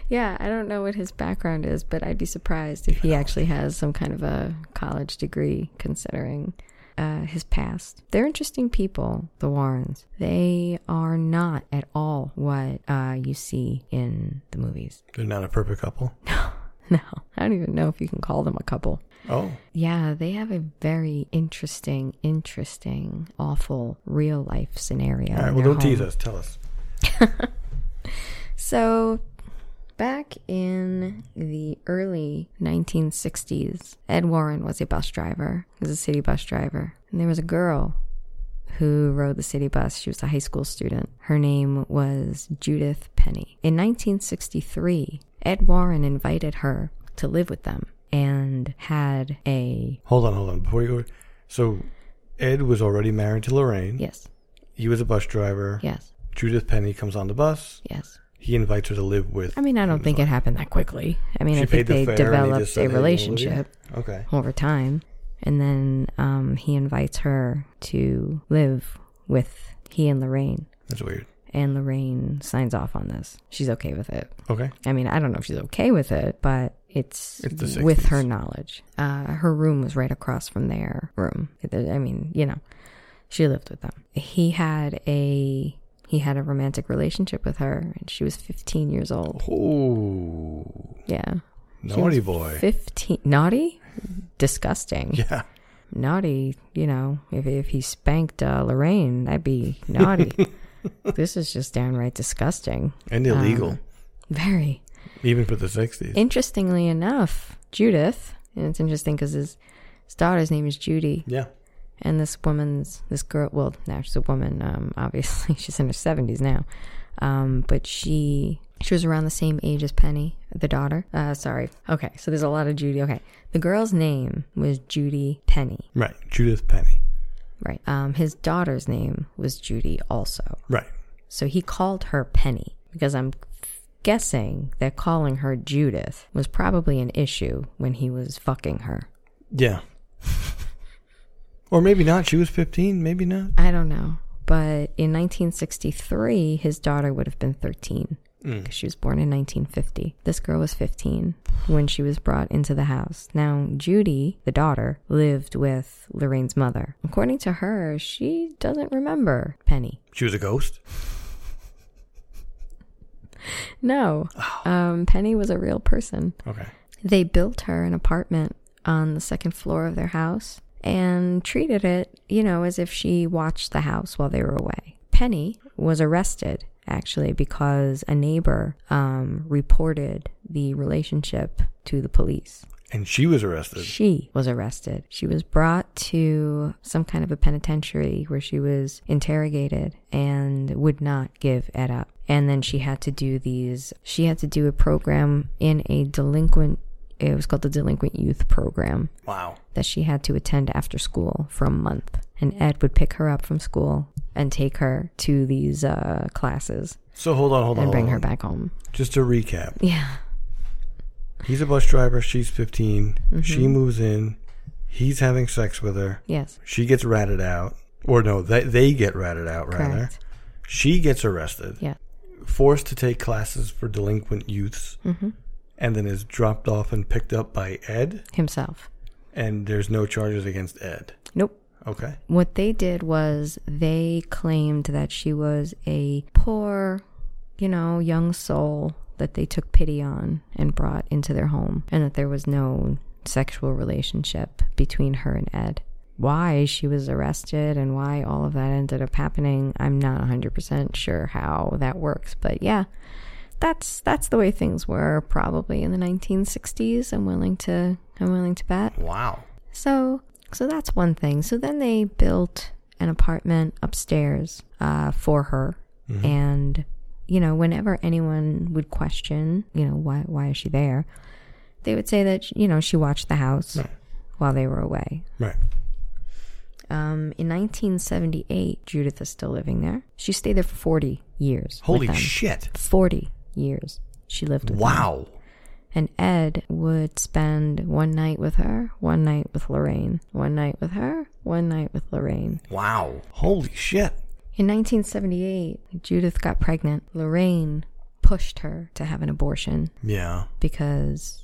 Speaker 6: Yeah, I don't know what his background is, but I'd be surprised if he actually has some kind of a college degree, considering uh, his past. They're interesting people, the Warrens. They are not at all what uh, you see in the movies.
Speaker 5: They're not a perfect couple.
Speaker 6: No, I don't even know if you can call them a couple.
Speaker 5: Oh,
Speaker 6: Yeah, they have a very interesting, interesting, awful real life scenario.
Speaker 5: all right.
Speaker 6: in
Speaker 5: Well,
Speaker 6: their
Speaker 5: don't tease
Speaker 6: home.
Speaker 5: us. Tell us.
Speaker 6: So, back in the early 1960s, Ed Warren was a bus driver. He was a city bus driver. And there was a girl who rode the city bus. She was a high school student. Her name was Judith Penny. In 1963, Ed Warren invited her to live with them and had a
Speaker 5: Hold on, hold on. Before you go, so Ed was already married to Lorraine.
Speaker 6: yes,
Speaker 5: He was a bus driver.
Speaker 6: yes,
Speaker 5: Judith Penny comes on the bus.
Speaker 6: yes.
Speaker 5: He invites her to live with.
Speaker 6: I mean, I don't think it happened that quickly. I mean, I
Speaker 5: paid
Speaker 6: think
Speaker 5: the
Speaker 6: they
Speaker 5: fare and he
Speaker 6: developed
Speaker 5: just said, "Hey,
Speaker 6: a
Speaker 5: you wanna live here?"
Speaker 6: relationship.
Speaker 5: Okay.
Speaker 6: over time. And then um, he invites her to live with he and Lorraine.
Speaker 5: That's weird.
Speaker 6: And Lorraine signs off on this. She's okay with it.
Speaker 5: Okay.
Speaker 6: I mean, I don't know if she's okay with it, but it's,
Speaker 5: It's the
Speaker 6: with
Speaker 5: 60s.
Speaker 6: her knowledge. Uh, her room was right across from their room. I mean, you know, she lived with them. He had a he had a romantic relationship with her, and she was 15 years old.
Speaker 5: Ooh,
Speaker 6: Yeah,
Speaker 5: naughty boy.
Speaker 6: 15, naughty, disgusting.
Speaker 5: Yeah.
Speaker 6: naughty, you know, if, if he spanked uh, Lorraine, that'd be naughty. this is just downright disgusting.
Speaker 5: And illegal,
Speaker 6: Uh. Very.
Speaker 5: even for the 60s.
Speaker 6: Interestingly enough, Judith, and it's interesting because his, his daughter's name is Judy,
Speaker 5: yeah.
Speaker 6: and this woman's, this girl, well, now she's a woman, um, obviously, she's in her 70s now, um, but she. She was around the same age as Penny, the daughter. Uh, sorry. Okay, so there's a lot of Judy. Okay, the girl's name was Judy Penny.
Speaker 5: Right. Judith Penny.
Speaker 6: Right. Um, his daughter's name was Judy also.
Speaker 5: Right.
Speaker 6: So he called her Penny because I'm guessing that calling her Judith was probably an issue when he was fucking her.
Speaker 5: Yeah. Or maybe not. She was 15. Maybe not.
Speaker 6: I don't know. But in 1963, his daughter would have been 13 because she was born in 1950. This girl was 15 when she was brought into the house. Now, Judy, the daughter, lived with Lorraine's mother. According to her, she doesn't remember Penny.
Speaker 5: She was a ghost.
Speaker 6: No, um, Penny was a real person.
Speaker 5: Okay.
Speaker 6: They built her an apartment on the second floor of their house and treated it, you know, as if she watched the house while they were away. Penny was arrested actually because a neighbor um, reported the relationship to the police.
Speaker 5: And she was arrested.
Speaker 6: She was arrested. She was brought to some kind of a penitentiary where she was interrogated and would not give Ed up. And then she had to do these, she had to do a program in a delinquent, it was called the Delinquent Youth Program
Speaker 5: Wow.
Speaker 6: that she had to attend after school for a month. And Ed would pick her up from school and take her to these uh, classes
Speaker 5: So hold on, hold on.
Speaker 6: and
Speaker 5: hold
Speaker 6: bring her
Speaker 5: on.
Speaker 6: back home.
Speaker 5: Just to recap.
Speaker 6: Yeah.
Speaker 5: He's a bus driver. She's 15.
Speaker 6: Mm-hmm.
Speaker 5: She moves in. He's having sex with her.
Speaker 6: Yes.
Speaker 5: She gets ratted out. Or no, they, they get ratted out, rather.
Speaker 6: Correct.
Speaker 5: She gets arrested.
Speaker 6: Yeah.
Speaker 5: Forced to take classes for delinquent youths.
Speaker 6: Mm-hmm.
Speaker 5: And then is dropped off and picked up by Ed.
Speaker 6: Himself.
Speaker 5: And there's no charges against Ed.
Speaker 6: Nope.
Speaker 5: Okay.
Speaker 6: What they did was they claimed that she was a poor, you know, young soul that they took pity on and brought into their home, and that there was no sexual relationship between her and Ed. Why she was arrested and why all of that ended up happening, I'm not 100% sure how that works, but yeah. That's that's the way things were probably in the 1960s. I'm willing to I'm willing to bet.
Speaker 5: Wow.
Speaker 6: So, so that's one thing. So then they built an apartment upstairs uh, for her,
Speaker 5: Mm-hmm.
Speaker 6: and you know, whenever anyone would question, you know, why why is she there, they would say that you know she watched the house while they were away.
Speaker 5: Right.
Speaker 6: Um, in 1978, Judith is still living there. She stayed there for 40 years. with
Speaker 5: Holy
Speaker 6: them.
Speaker 5: shit.
Speaker 6: 40 years she lived with them.
Speaker 5: Wow.
Speaker 6: And Ed would spend one night with her, one night with Lorraine, one night with her, one night with Lorraine.
Speaker 5: Wow. Holy shit.
Speaker 6: In 1978, Judith got pregnant. Lorraine pushed her to have an abortion
Speaker 5: Yeah.
Speaker 6: because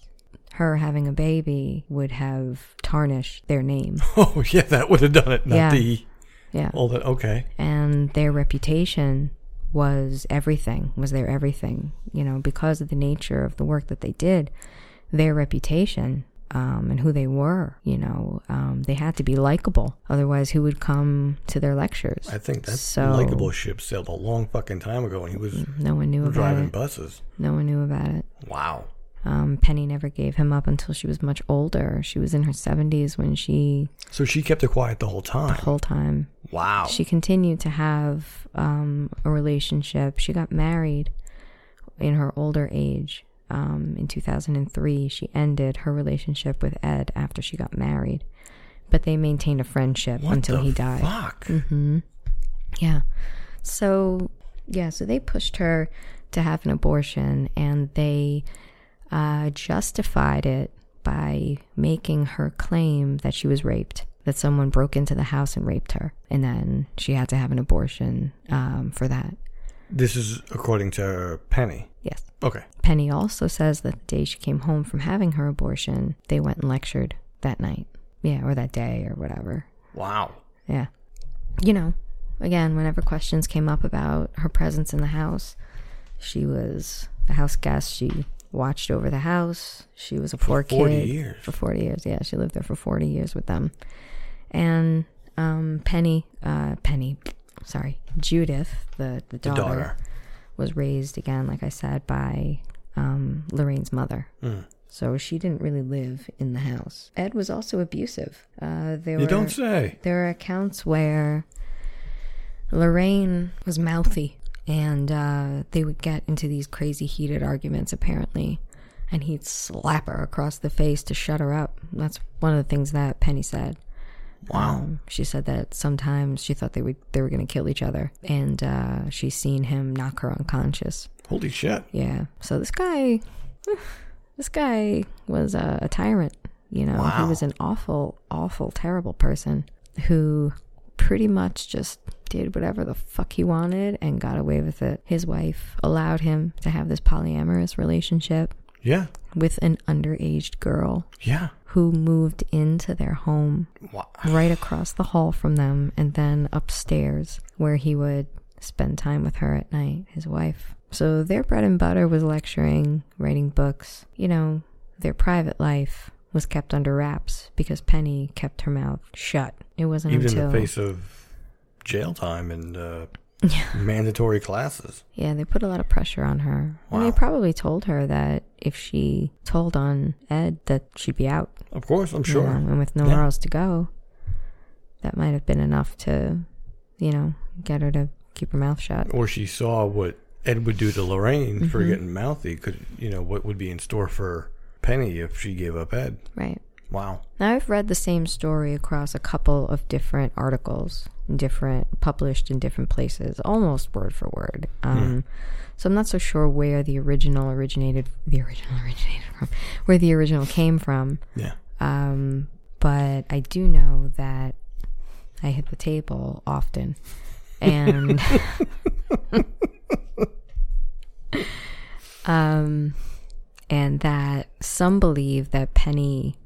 Speaker 6: her having a baby would have tarnished their name.
Speaker 5: Oh, yeah, that would have done it. Not
Speaker 6: Yeah.
Speaker 5: the.
Speaker 6: Yeah.
Speaker 5: All that. Okay.
Speaker 6: and their reputation was everything was their everything you know because of the nature of the work that they did their reputation um, and who they were you know um, they had to be likable otherwise who would come to their lectures
Speaker 5: I think that
Speaker 6: So-
Speaker 5: likable ship sailed a long fucking time ago and he was
Speaker 6: no one knew about
Speaker 5: driving
Speaker 6: it
Speaker 5: buses.
Speaker 6: no one knew about it
Speaker 5: Wow.
Speaker 6: um, penny never gave him up until she was much older she was in her 70s when she
Speaker 5: So she kept it quiet the whole time.
Speaker 6: the whole time
Speaker 5: Wow.
Speaker 6: she continued to have um, a relationship. She got married in her older age. Um, in 2003, she ended her relationship with Ed after she got married, but they maintained a friendship
Speaker 5: What
Speaker 6: until
Speaker 5: the
Speaker 6: he died.
Speaker 5: Fuck.
Speaker 6: Mm. Yeah. So, yeah, so they pushed her to have an abortion and they uh, justified it by making her claim that she was raped, that someone broke into the house and raped her. And then she had to have an abortion um, for that.
Speaker 5: This is according to Penny.
Speaker 6: Yes.
Speaker 5: Okay.
Speaker 6: Penny also says that the day she came home from having her abortion, they went and lectured that night. Yeah, or that day or whatever.
Speaker 5: Wow.
Speaker 6: Yeah. You know, again, whenever questions came up about her presence in the house, she was a house guest. She watched over the house. She was a poor
Speaker 5: 40
Speaker 6: kid.
Speaker 5: years.
Speaker 6: For 40 years. Yeah, she lived there for 40 years with them. And um, Penny, uh, Penny, sorry, Judith, the, the, daughter,
Speaker 5: daughter.
Speaker 6: was raised again, like I said, by um, Lorraine's mother.
Speaker 5: Mm.
Speaker 6: So she didn't really live in the house. Ed was also abusive. Uh, there
Speaker 5: You
Speaker 6: were,
Speaker 5: don't say.
Speaker 6: there are accounts where Lorraine was mouthy and uh, they would get into these crazy heated arguments apparently and he'd slap her across the face to shut her up that's one of the things that penny said wow she said that sometimes she thought they would they were going to kill each other and uh, she's seen him knock her unconscious
Speaker 5: Holy shit.
Speaker 6: yeah. So this guy, this guy was a, a tyrant. You know, he was an awful, awful, terrible person. who pretty much just did whatever the fuck he wanted and got away with it. His wife allowed him to have this polyamorous relationship
Speaker 5: Yeah.
Speaker 6: with an underage girl
Speaker 5: Yeah.
Speaker 6: who moved into their home
Speaker 5: Wow.
Speaker 6: right across the hall from them and then upstairs where he would spend time with her at night, his wife. So their bread and butter was lecturing, writing books. You know, their private life was kept under wraps because Penny kept her mouth shut. It wasn't
Speaker 5: Even
Speaker 6: until
Speaker 5: in the face of jail time and uh, mandatory classes.
Speaker 6: Yeah, they put a lot of pressure on her. And
Speaker 5: Wow.
Speaker 6: they probably told her that if she told on Ed that she'd be out.
Speaker 5: Of course, I'm
Speaker 6: you
Speaker 5: sure.
Speaker 6: know, and with nowhere
Speaker 5: Yeah.
Speaker 6: else to go, that might have been enough to, you know, get her to keep her mouth shut.
Speaker 5: Or she saw what Ed would do to Lorraine for
Speaker 6: Mm-hmm.
Speaker 5: getting mouthy. Could you know what would be in store for Penny if she gave up Ed?
Speaker 6: Right.
Speaker 5: Wow.
Speaker 6: Now, I've read the same story across a couple of different articles, different published in different places, almost word for word. Um, So I'm not so sure where the original originated, the original originated from, where the original came from.
Speaker 5: Yeah.
Speaker 6: Um, but I do know that I hit the table often, and um, and that some believe that Penny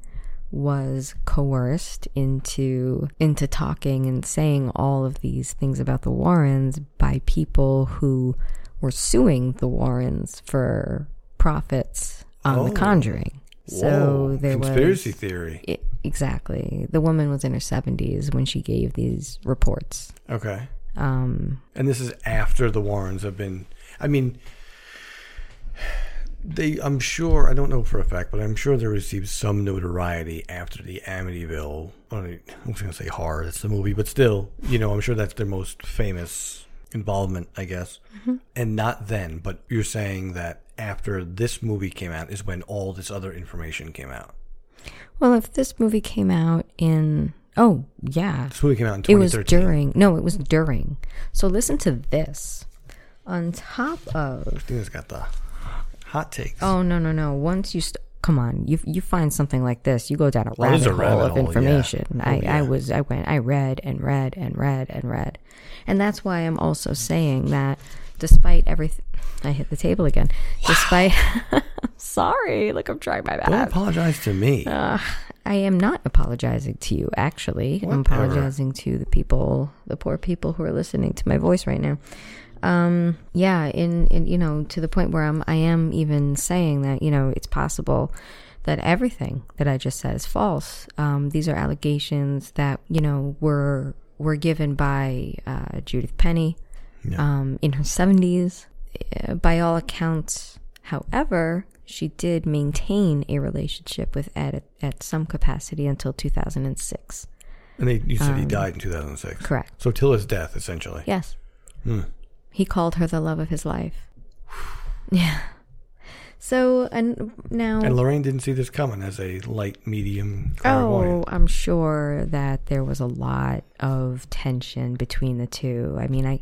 Speaker 6: was coerced into into talking and saying all of these things about the Warrens by people who were suing the Warrens for profits on The
Speaker 5: Oh.
Speaker 6: Conjuring. So
Speaker 5: Whoa,
Speaker 6: there
Speaker 5: conspiracy
Speaker 6: was
Speaker 5: theory.
Speaker 6: I- exactly. The woman was in her seventies when she gave these reports.
Speaker 5: Okay.
Speaker 6: Um,
Speaker 5: And this is after the Warrens have been. I mean, they. I'm sure. I don't know for a fact, but I'm sure they received some notoriety after the Amityville. I don't- I was going to say horror. That's the movie, but still, you know, I'm sure that's their most famous involvement, I guess.
Speaker 6: Mm-hmm.
Speaker 5: And not then, but you're saying that after this movie came out is when all this other information came out.
Speaker 6: well, if this movie came out in oh yeah,
Speaker 5: This movie came out in
Speaker 6: it was
Speaker 5: 2013.
Speaker 6: during no, it was during. So listen to this. On top of
Speaker 5: I think it's got the hot takes.
Speaker 6: oh no no no, once you st- come on, you you find something like this, you go down a
Speaker 5: Well, it
Speaker 6: rabbit,
Speaker 5: is a
Speaker 6: hole
Speaker 5: rabbit
Speaker 6: of
Speaker 5: hole, yeah.
Speaker 6: information. I
Speaker 5: Oh,
Speaker 6: I
Speaker 5: yeah.
Speaker 6: was I went I read and read and read and read, and that's why I'm also saying that despite everything, I hit the table again. Despite I'm sorry, look, I'm trying my
Speaker 5: Don't
Speaker 6: best.
Speaker 5: apologize to me.
Speaker 6: Uh, I am not apologizing to you. Actually, I'm
Speaker 5: Whatever.
Speaker 6: apologizing to the people, the poor people who are listening to my voice right now. Um, yeah, in, in you know, to the point where I'm, I am even saying that you know it's possible that everything that I just said is false. Um, these are allegations that you know were were given by uh, Judith Penny um, in her 70s. Uh, By all accounts, however, she did maintain a relationship with Ed at, at some capacity until 2006.
Speaker 5: And they, you said he died in 2006.
Speaker 6: um, Correct.
Speaker 5: So till his death, essentially.
Speaker 6: Yes. He called her the love of his life. Yeah. So, and now.
Speaker 5: And Lorraine didn't see this coming as a light, medium
Speaker 6: Oh,
Speaker 5: clairvoyant.
Speaker 6: I'm sure that there was a lot of tension between the two. I mean, I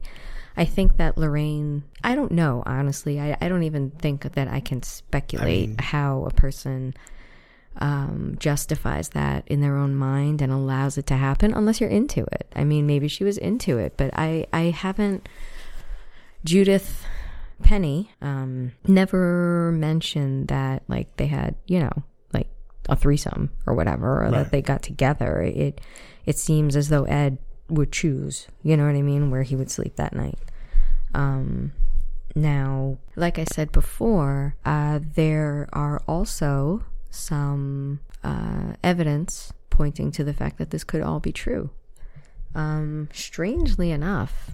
Speaker 6: I think that Lorraine, I don't know, honestly. I, I don't even think that I can speculate how a person um, justifies that in their own mind and allows it to happen unless you're into it. I mean, maybe she was into it, but I, I haven't. Judith Penny um, never mentioned that like they had you know like a threesome or whatever or that
Speaker 5: Right.
Speaker 6: they got together. It it seems as though Ed would choose, you know what I mean, where he would sleep that night. Um, now, like I said before, uh, there are also some uh, evidence pointing to the fact that this could all be true. Um, strangely enough,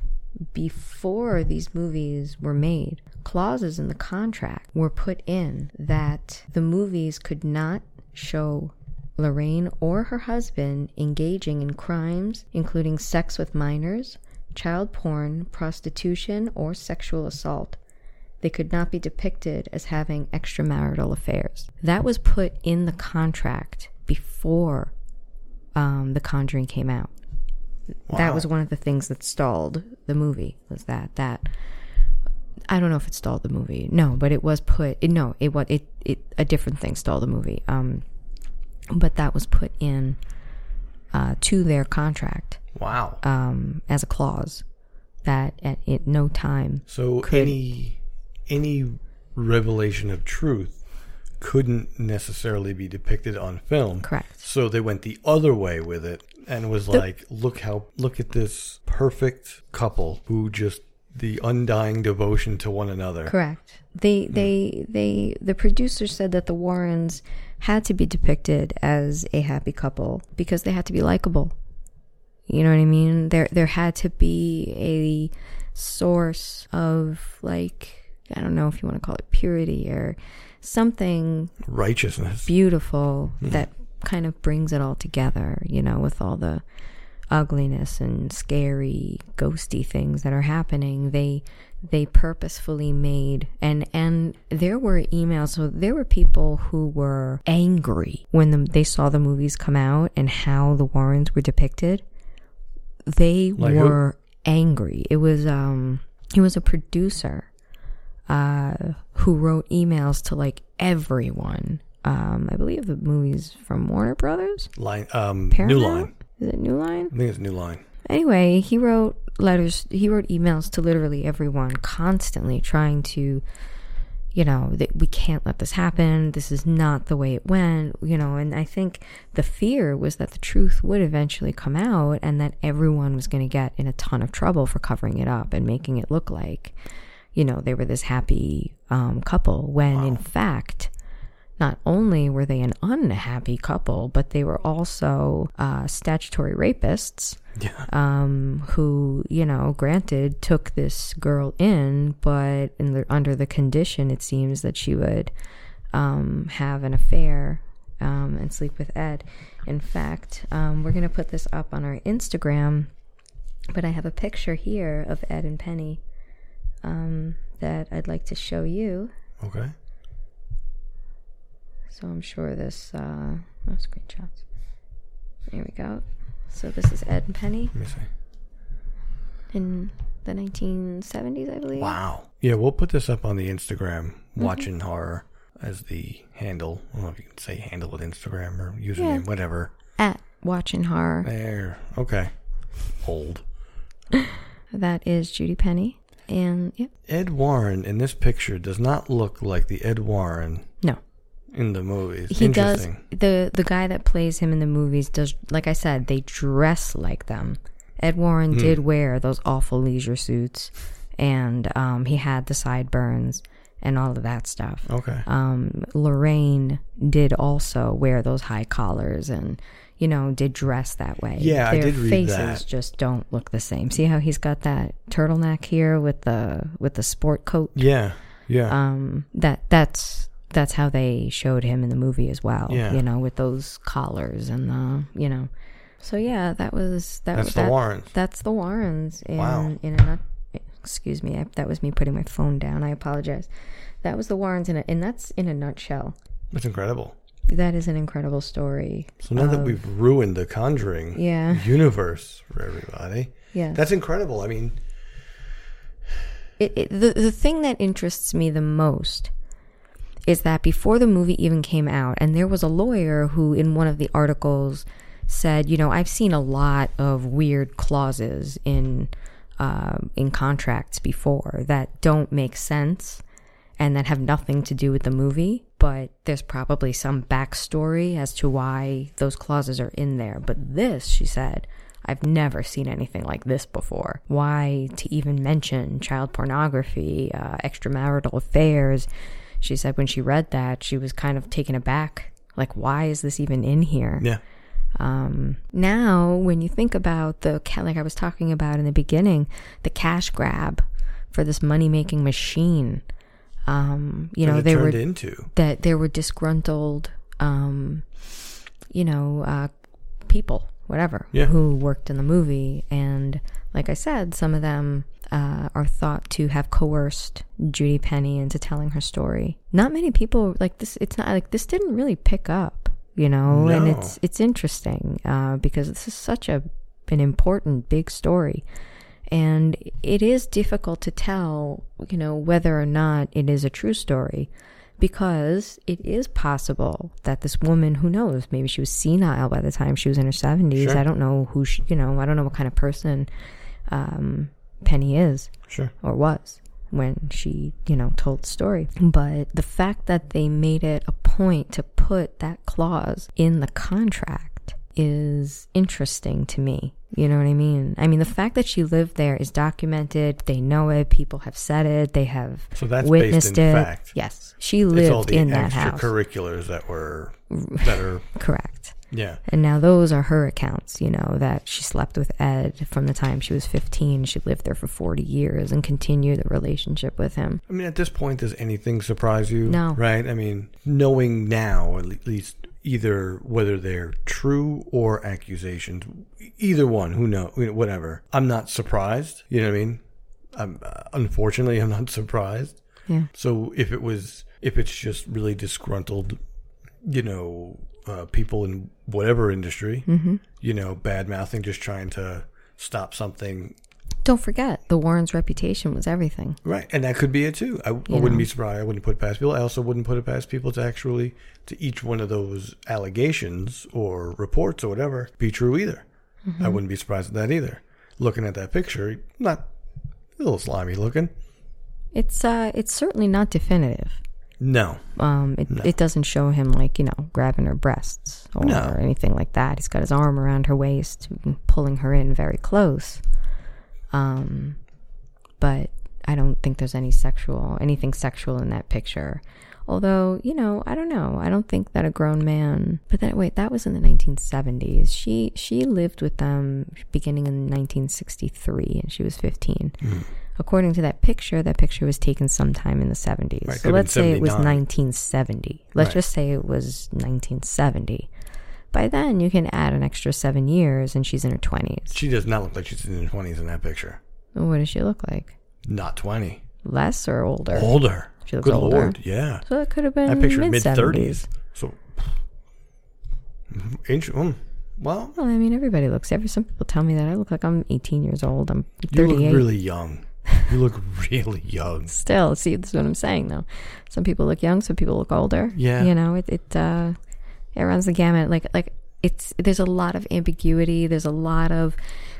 Speaker 6: before these movies were made, clauses in the contract were put in that the movies could not show Lorraine or her husband engaging in crimes including sex with minors, child porn, prostitution, or sexual assault. They could not be depicted as having extramarital affairs. That was put in the contract before um, The Conjuring came out that was one of the things that stalled the movie was that that I don't know if it stalled the movie. No, but it was put. It, no, it was it, it a different thing stalled the movie. Um, but that was put in uh, to their contract
Speaker 5: Wow.
Speaker 6: um, as a clause that at, at no time
Speaker 5: so any any revelation of truth couldn't necessarily be depicted on film.
Speaker 6: correct
Speaker 5: So they went the other way with it and was like, look how look at this perfect couple who just the undying devotion to one another.
Speaker 6: correct they they they the producer said that the warrens had to be depicted as a happy couple because they had to be likable you know what i mean there there had to be a source of like i don't know if you want to call it purity or something
Speaker 5: Righteousness.
Speaker 6: beautiful that kind of brings it all together, you know, with all the ugliness and scary ghosty things that are happening. They they purposefully made and and there were emails so there were people who were angry when the, they saw the movies come out and how the Warrens were depicted. They
Speaker 5: Like who?
Speaker 6: were angry. It was um it was a producer uh, who wrote emails to like everyone. Um, I believe the movies from Warner Brothers,
Speaker 5: Line um
Speaker 6: Paramount.
Speaker 5: new line.
Speaker 6: Is it New Line?
Speaker 5: I think it's new line.
Speaker 6: Anyway, he wrote letters. He wrote emails to literally everyone, constantly trying to, you know, that we can't let this happen. This is not the way it went. You know, and I think the fear was that the truth would eventually come out, and that everyone was going to get in a ton of trouble for covering it up and making it look like you know, they were this happy um, couple when in fact, not only were they an unhappy couple, but they were also uh, statutory rapists
Speaker 5: Yeah.
Speaker 6: um, who, you know, granted took this girl in, but in the, under the condition, it seems that she would um, have an affair um, and sleep with Ed. In fact, um, we're going to put this up on our Instagram, but I have a picture here of Ed and Penny um, that I'd like to show you.
Speaker 5: Okay.
Speaker 6: So I'm sure this, uh, oh, screenshots. There we go. So this is Ed and Penny.
Speaker 5: Let me see.
Speaker 6: in the 1970s, I believe.
Speaker 5: Wow. Yeah, we'll put this up on the Instagram,
Speaker 6: Mm-hmm.
Speaker 5: watching horror as the handle. I don't know if you can say handle with Instagram or username, whatever.
Speaker 6: At Watching Horror.
Speaker 5: There. Okay. Old.
Speaker 6: That is Judy Penny. And, yep.
Speaker 5: Ed Warren in this picture does not look like the Ed Warren
Speaker 6: No.
Speaker 5: in the movies.
Speaker 6: He does.
Speaker 5: Interesting.
Speaker 6: The, the guy that plays him in the movies does, like I said, they dress like them. Ed
Speaker 5: Hmm.
Speaker 6: Warren did wear those awful leisure suits, and um, he had the sideburns and all of that stuff.
Speaker 5: Okay.
Speaker 6: um, Lorraine did also wear those high collars and you know did dress that way.
Speaker 5: Yeah, I
Speaker 6: Their
Speaker 5: did read
Speaker 6: faces
Speaker 5: that.
Speaker 6: just don't look the same. See how he's got that turtleneck here with the with the sport coat.
Speaker 5: yeah. Yeah.
Speaker 6: Um, that that's that's how they showed him in the movie as well.
Speaker 5: Yeah.
Speaker 6: you know with those collars and the you know. So yeah, that was that.
Speaker 5: That's the
Speaker 6: that,
Speaker 5: Warrens.
Speaker 6: That's the Warrens. In,
Speaker 5: Wow.
Speaker 6: In a nut. Excuse me, I, that was me putting my phone down. I apologize. That was the Warrens in a, and that's in a nutshell.
Speaker 5: That's incredible.
Speaker 6: That is an incredible story.
Speaker 5: So now that we've ruined the Conjuring
Speaker 6: um, Yeah.
Speaker 5: universe for everybody,
Speaker 6: Yeah.
Speaker 5: that's incredible. I mean,
Speaker 6: It, it, the the thing that interests me the most is that before the movie even came out, and there was a lawyer who, in one of the articles, said, you know, I've seen a lot of weird clauses in uh, in contracts before that don't make sense and that have nothing to do with the movie. But there's probably some backstory as to why those clauses are in there. But this, she said, I've never seen anything like this before. Why to even mention child pornography, uh, extramarital affairs? She said when she read that, she was kind of taken aback. Like, why is this even in here?
Speaker 5: yeah.
Speaker 6: Um, now, when you think about the ca- like I was talking about in the beginning, the cash grab for this money making machine. Um, you know,
Speaker 5: it
Speaker 6: they were
Speaker 5: turned into.
Speaker 6: that there were disgruntled, um, you know, uh, people, whatever,
Speaker 5: Yeah.
Speaker 6: who worked in the movie, and like I said, some of them uh, are thought to have coerced Judy Penny into telling her story. Not many people like this. It's not like this didn't really pick up, you know, and
Speaker 5: No.
Speaker 6: it's it's interesting uh, because this is such a an important big story. And it is difficult to tell, you know, whether or not it is a true story because it is possible that this woman, who knows, maybe she was senile by the time she was in her 70s.
Speaker 5: Sure.
Speaker 6: I don't know who she, you know, I don't know what kind of person um, Penny is
Speaker 5: Sure.
Speaker 6: or was when she, you know, told the story. But the fact that they made it a point to put that clause in the contract is interesting to me. You know what I mean? I mean, the fact that she lived there is documented. They know it. People have said it. They have
Speaker 5: So that's based
Speaker 6: witnessed
Speaker 5: in
Speaker 6: it.
Speaker 5: fact.
Speaker 6: Yes, she
Speaker 5: It's all
Speaker 6: lived
Speaker 5: the
Speaker 6: in that house.
Speaker 5: extracurriculars that were that are
Speaker 6: Correct.
Speaker 5: yeah.
Speaker 6: And now those are her accounts, you know, that she slept with Ed from the time she was 15. She lived there for 40 years and continued the relationship with him.
Speaker 5: I mean, at this point, does anything surprise you?
Speaker 6: No.
Speaker 5: Right? I mean, knowing now, at le- least either whether they're true or accusations, either one, who knows, whatever. I'm not surprised. You know what I mean? I'm, uh, unfortunately, I'm not surprised.
Speaker 6: Yeah.
Speaker 5: So if it was, if it's just really disgruntled, you know, uh, people in whatever industry, you know, bad mouthing, just trying to stop something
Speaker 6: Don't forget, the Warrens' reputation was everything.
Speaker 5: Right, and that could be it too. I, I wouldn't be surprised. I wouldn't put it past people. I also wouldn't put it past people to actually to each one of those allegations or reports or whatever be true either. I wouldn't be surprised at that either. Looking at that picture, not a little slimy looking.
Speaker 6: It's uh, it's certainly not definitive.
Speaker 5: No,
Speaker 6: Um, it, it doesn't show him like you know grabbing her breasts or
Speaker 5: No.
Speaker 6: anything like that. He's got his arm around her waist, pulling her in very close. Um, but I don't think there's any sexual anything sexual in that picture. Although you know, I don't know. I don't think that a grown man. But that wait, that was in the 1970s. She she lived with them beginning in 1963, and she was 15.
Speaker 5: Hmm.
Speaker 6: According to that picture, that picture was taken sometime in the 70s.
Speaker 5: Right,
Speaker 6: so
Speaker 5: could've been
Speaker 6: let's say it was
Speaker 5: 79.
Speaker 6: 1970. Let's
Speaker 5: Right.
Speaker 6: just say it was 1970. By then, you can add an extra seven years, and she's in her 20s.
Speaker 5: she does not look like she's in her twenties in that picture.
Speaker 6: What does she look like?
Speaker 5: Not twenty,
Speaker 6: Less or older?
Speaker 5: older.
Speaker 6: She looks
Speaker 5: Good
Speaker 6: older.
Speaker 5: lord, yeah.
Speaker 6: So it could have been
Speaker 5: That picture mid
Speaker 6: mid-seventies.
Speaker 5: thirties. So, inch. mm, Well,
Speaker 6: Well, I mean, everybody looks. Every some people tell me that I look like I'm 18 years old. I'm
Speaker 5: you
Speaker 6: 38.
Speaker 5: look really young. You look really young.
Speaker 6: Still, see, this is what I'm saying though. Some people look young. Some people look older.
Speaker 5: Yeah.
Speaker 6: You know, it it uh, it runs the gamut. Like like it's there's a lot of ambiguity. There's a lot of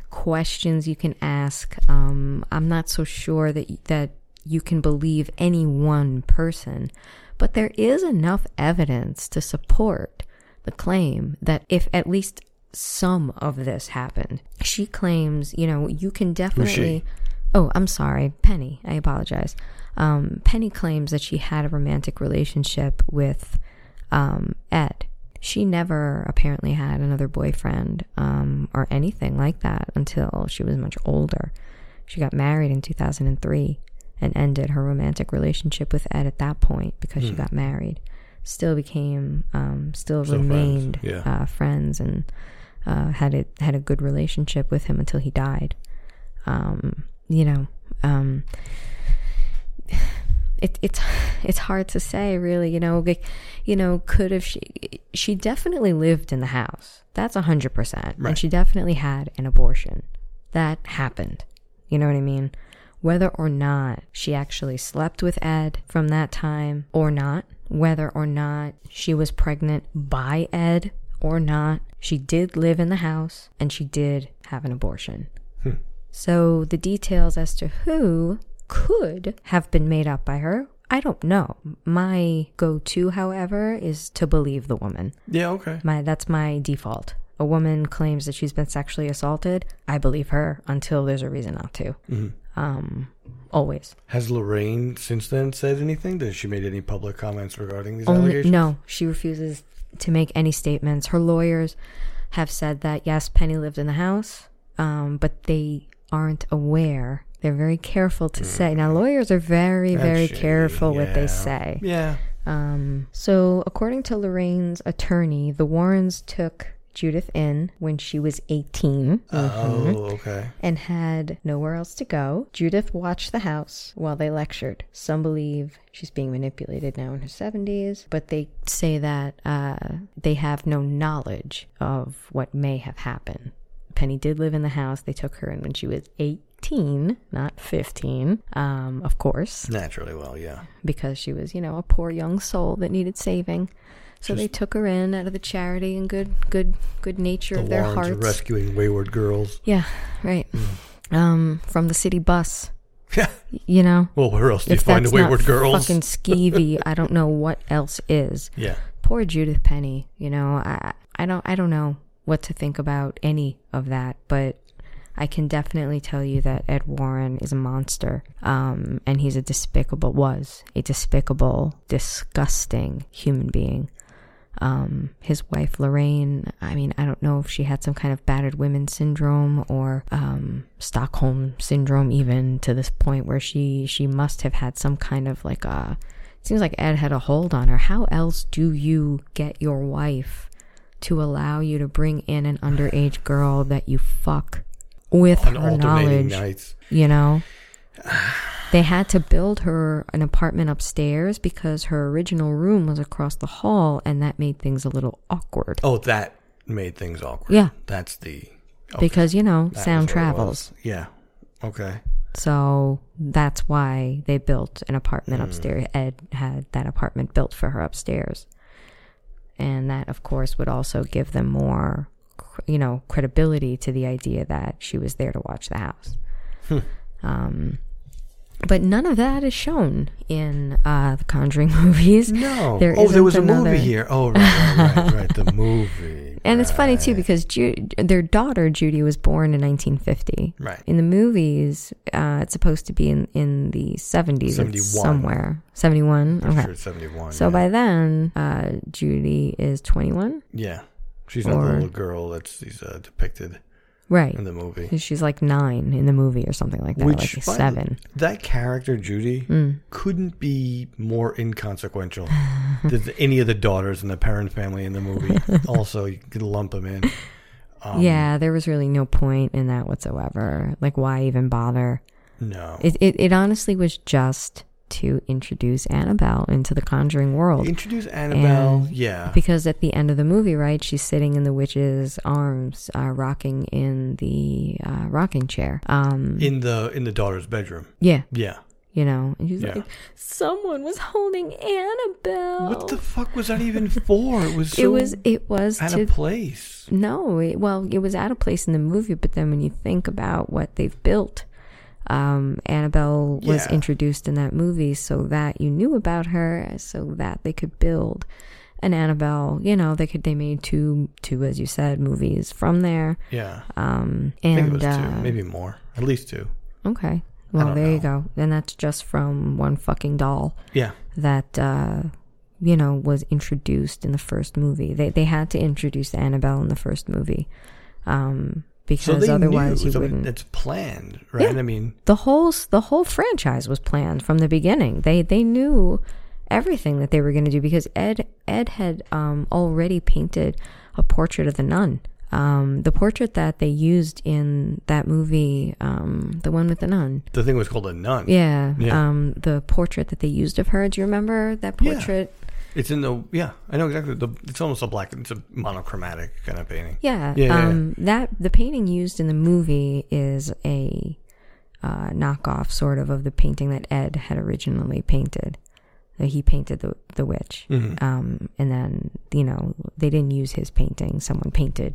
Speaker 6: questions you can ask. Um, I'm not so sure that y- that you can believe any one person, but there is enough evidence to support the claim that if at least some of this happened, she claims, you know, you can
Speaker 5: she?
Speaker 6: definitely. Oh, I'm sorry, Penny. I apologize. Um, Penny claims that she had a romantic relationship with um, Ed. She never apparently had another boyfriend um, or anything like that until she was much older. She got married in 2003 and ended her romantic relationship with Ed at that point because
Speaker 5: Hmm.
Speaker 6: she got married. Still became, um, still,
Speaker 5: Still friends,
Speaker 6: remained
Speaker 5: yeah.
Speaker 6: uh, friends and uh, had a, had a good relationship with him until he died. Um, you know, um, it, it's it's hard to say really you know like, you know could have she she definitely lived in the house that's a hundred percent
Speaker 5: Right.
Speaker 6: and she definitely had an abortion that happened you know what i mean whether or not she actually slept with ed from that time or not whether or not she was pregnant by ed or not she did live in the house and she did have an abortion so the details as to who could have been made up by her, I don't know. My go-to, however, is to believe the woman.
Speaker 5: Yeah, okay.
Speaker 6: My that's my default. A woman claims that she's been sexually assaulted. I believe her until there's a reason not to. Um, always.
Speaker 5: Has Lorraine since then said anything? Has she made any public comments regarding these
Speaker 6: Only,
Speaker 5: allegations?
Speaker 6: no, she refuses to make any statements. Her lawyers have said that yes, Penny lived in the house, um, but they aren't aware. They're very careful to say. Now, lawyers are very,
Speaker 5: That's
Speaker 6: very
Speaker 5: shady,
Speaker 6: careful what
Speaker 5: yeah.
Speaker 6: they say.
Speaker 5: Yeah.
Speaker 6: Um, so, according to Lorraine's attorney, the Warrens took Judith in when she was 18 Mm-hmm.
Speaker 5: Oh, okay.
Speaker 6: and had nowhere else to go. Judith watched the house while they lectured. Some believe she's being manipulated now in her 70s, but they say that uh, they have no knowledge of what may have happened. Penny did live in the house. They took her in when she was 18. 14, not 15, um, of course,
Speaker 5: Naturally, well, yeah.
Speaker 6: because she was, you know, a poor young soul that needed saving. So they took her in out of the charity and good, good, good nature
Speaker 5: The
Speaker 6: of their
Speaker 5: Warrens are
Speaker 6: hearts.
Speaker 5: rescuing wayward girls.
Speaker 6: Yeah, right. Um, from the city bus,
Speaker 5: Hmm. Yeah.
Speaker 6: you know.
Speaker 5: Well, where else do you
Speaker 6: if
Speaker 5: find the
Speaker 6: that's not
Speaker 5: wayward girls?
Speaker 6: fucking skeevy, I don't know what else is.
Speaker 5: yeah.
Speaker 6: Poor Judith Penny, you know. I I don't I don't know what to think about any of that, but I can definitely tell you that Ed Warren is a monster, um, and he's a despicable was a despicable, disgusting human being. Um, his wife Lorraine, I mean, I don't know if she had some kind of battered women syndrome or um, Stockholm syndrome, even to this point where she she must have had some kind of like a. It seems like Ed had a hold on her. How else do you get your wife to allow you to bring in an underage girl that you fuck with
Speaker 5: On
Speaker 6: her
Speaker 5: alternating
Speaker 6: knowledge?
Speaker 5: nights.
Speaker 6: you know they had to build her an apartment upstairs because her original room was across the hall and that made things a little awkward
Speaker 5: Oh, that made things awkward.
Speaker 6: Yeah.
Speaker 5: That's the.
Speaker 6: because you know
Speaker 5: that
Speaker 6: sound
Speaker 5: was what it was.
Speaker 6: travels
Speaker 5: Yeah. Okay.
Speaker 6: so that's why they built an apartment
Speaker 5: Hmm.
Speaker 6: upstairs ed had that apartment built for her upstairs and that of course would also give them more cr- you know credibility to the idea that she was there to watch the house
Speaker 5: Hmm.
Speaker 6: um but none of that is shown in uh, the Conjuring movies.
Speaker 5: No. oh, there
Speaker 6: isn't
Speaker 5: was a
Speaker 6: another-
Speaker 5: movie here. Oh, right, right, right, right. The movie.
Speaker 6: And it's funny too
Speaker 5: Right.
Speaker 6: because Ju- their daughter Judy was born in 1950.
Speaker 5: Right.
Speaker 6: In the movies, uh, it's supposed to be in in the 70s it's
Speaker 5: 71.
Speaker 6: somewhere. 71.
Speaker 5: I'm
Speaker 6: Okay.
Speaker 5: sure it's 71.
Speaker 6: So
Speaker 5: yeah.
Speaker 6: by then, uh, Judy is 21.
Speaker 5: Yeah. She's not
Speaker 6: Or-
Speaker 5: the little girl that's she's, uh, depicted
Speaker 6: Right.
Speaker 5: in the movie.
Speaker 6: 'Cause she's like nine in the movie or something like that, like
Speaker 5: by the-
Speaker 6: seven. Hmm.
Speaker 5: That character, Judy, couldn't be more inconsequential than th- any of the daughters in the parent family in the movie. also, you could lump them in. Um,
Speaker 6: yeah, there was really no point in that whatsoever. Like, why even bother?
Speaker 5: No.
Speaker 6: It it, it honestly was just to introduce Annabelle into the Conjuring world.
Speaker 5: Introduce Annabelle. yeah.
Speaker 6: Because at the end of the movie, right, she's sitting in the witch's arms, uh, rocking in the uh, rocking chair. Um,
Speaker 5: in the in the daughter's bedroom.
Speaker 6: yeah,
Speaker 5: Yeah.
Speaker 6: you know, and she's
Speaker 5: Yeah.
Speaker 6: like, someone was holding Annabelle.
Speaker 5: What the fuck was that even for? It was so
Speaker 6: it was it was
Speaker 5: out
Speaker 6: to
Speaker 5: of place.
Speaker 6: no, it, well, it was out of place in the movie, but then when you think about what they've built, um, Annabelle was
Speaker 5: Yeah.
Speaker 6: introduced in that movie so that you knew about her, so that they could build an Annabelle. You know, they could they made two two as you said movies from there.
Speaker 5: Yeah.
Speaker 6: Um,
Speaker 5: I
Speaker 6: and
Speaker 5: think it was two,
Speaker 6: uh,
Speaker 5: maybe more. At least two.
Speaker 6: okay, well
Speaker 5: don't
Speaker 6: there you go. And that's just from one fucking doll
Speaker 5: Yeah.
Speaker 6: that uh, you know was introduced in the first movie. They they had to introduce Annabelle in the first movie um,
Speaker 5: So
Speaker 6: because
Speaker 5: they
Speaker 6: otherwise
Speaker 5: knew
Speaker 6: you
Speaker 5: so
Speaker 6: wouldn't.
Speaker 5: it's planned, right?
Speaker 6: Yeah.
Speaker 5: I mean,
Speaker 6: the whole s- the whole franchise was planned from the beginning. They they knew everything that they were going to do because Ed Ed had um, already painted a portrait of the nun. Um, the portrait that they used in that movie, um, the one with the nun.
Speaker 5: the thing was called a nun.
Speaker 6: Yeah,
Speaker 5: Yeah.
Speaker 6: Um, the portrait that they used of her. Do you remember that
Speaker 5: Yeah.
Speaker 6: portrait?
Speaker 5: It's in the yeah. I know exactly. The, it's almost a black. It's a monochromatic kind of painting.
Speaker 6: Yeah.
Speaker 5: Yeah, yeah,
Speaker 6: um, That the painting used in the movie is a uh, knockoff, sort of, of the painting that Ed had originally painted. Uh, He painted the the witch,
Speaker 5: Mm-hmm.
Speaker 6: um, and then you know they didn't use his painting. Someone painted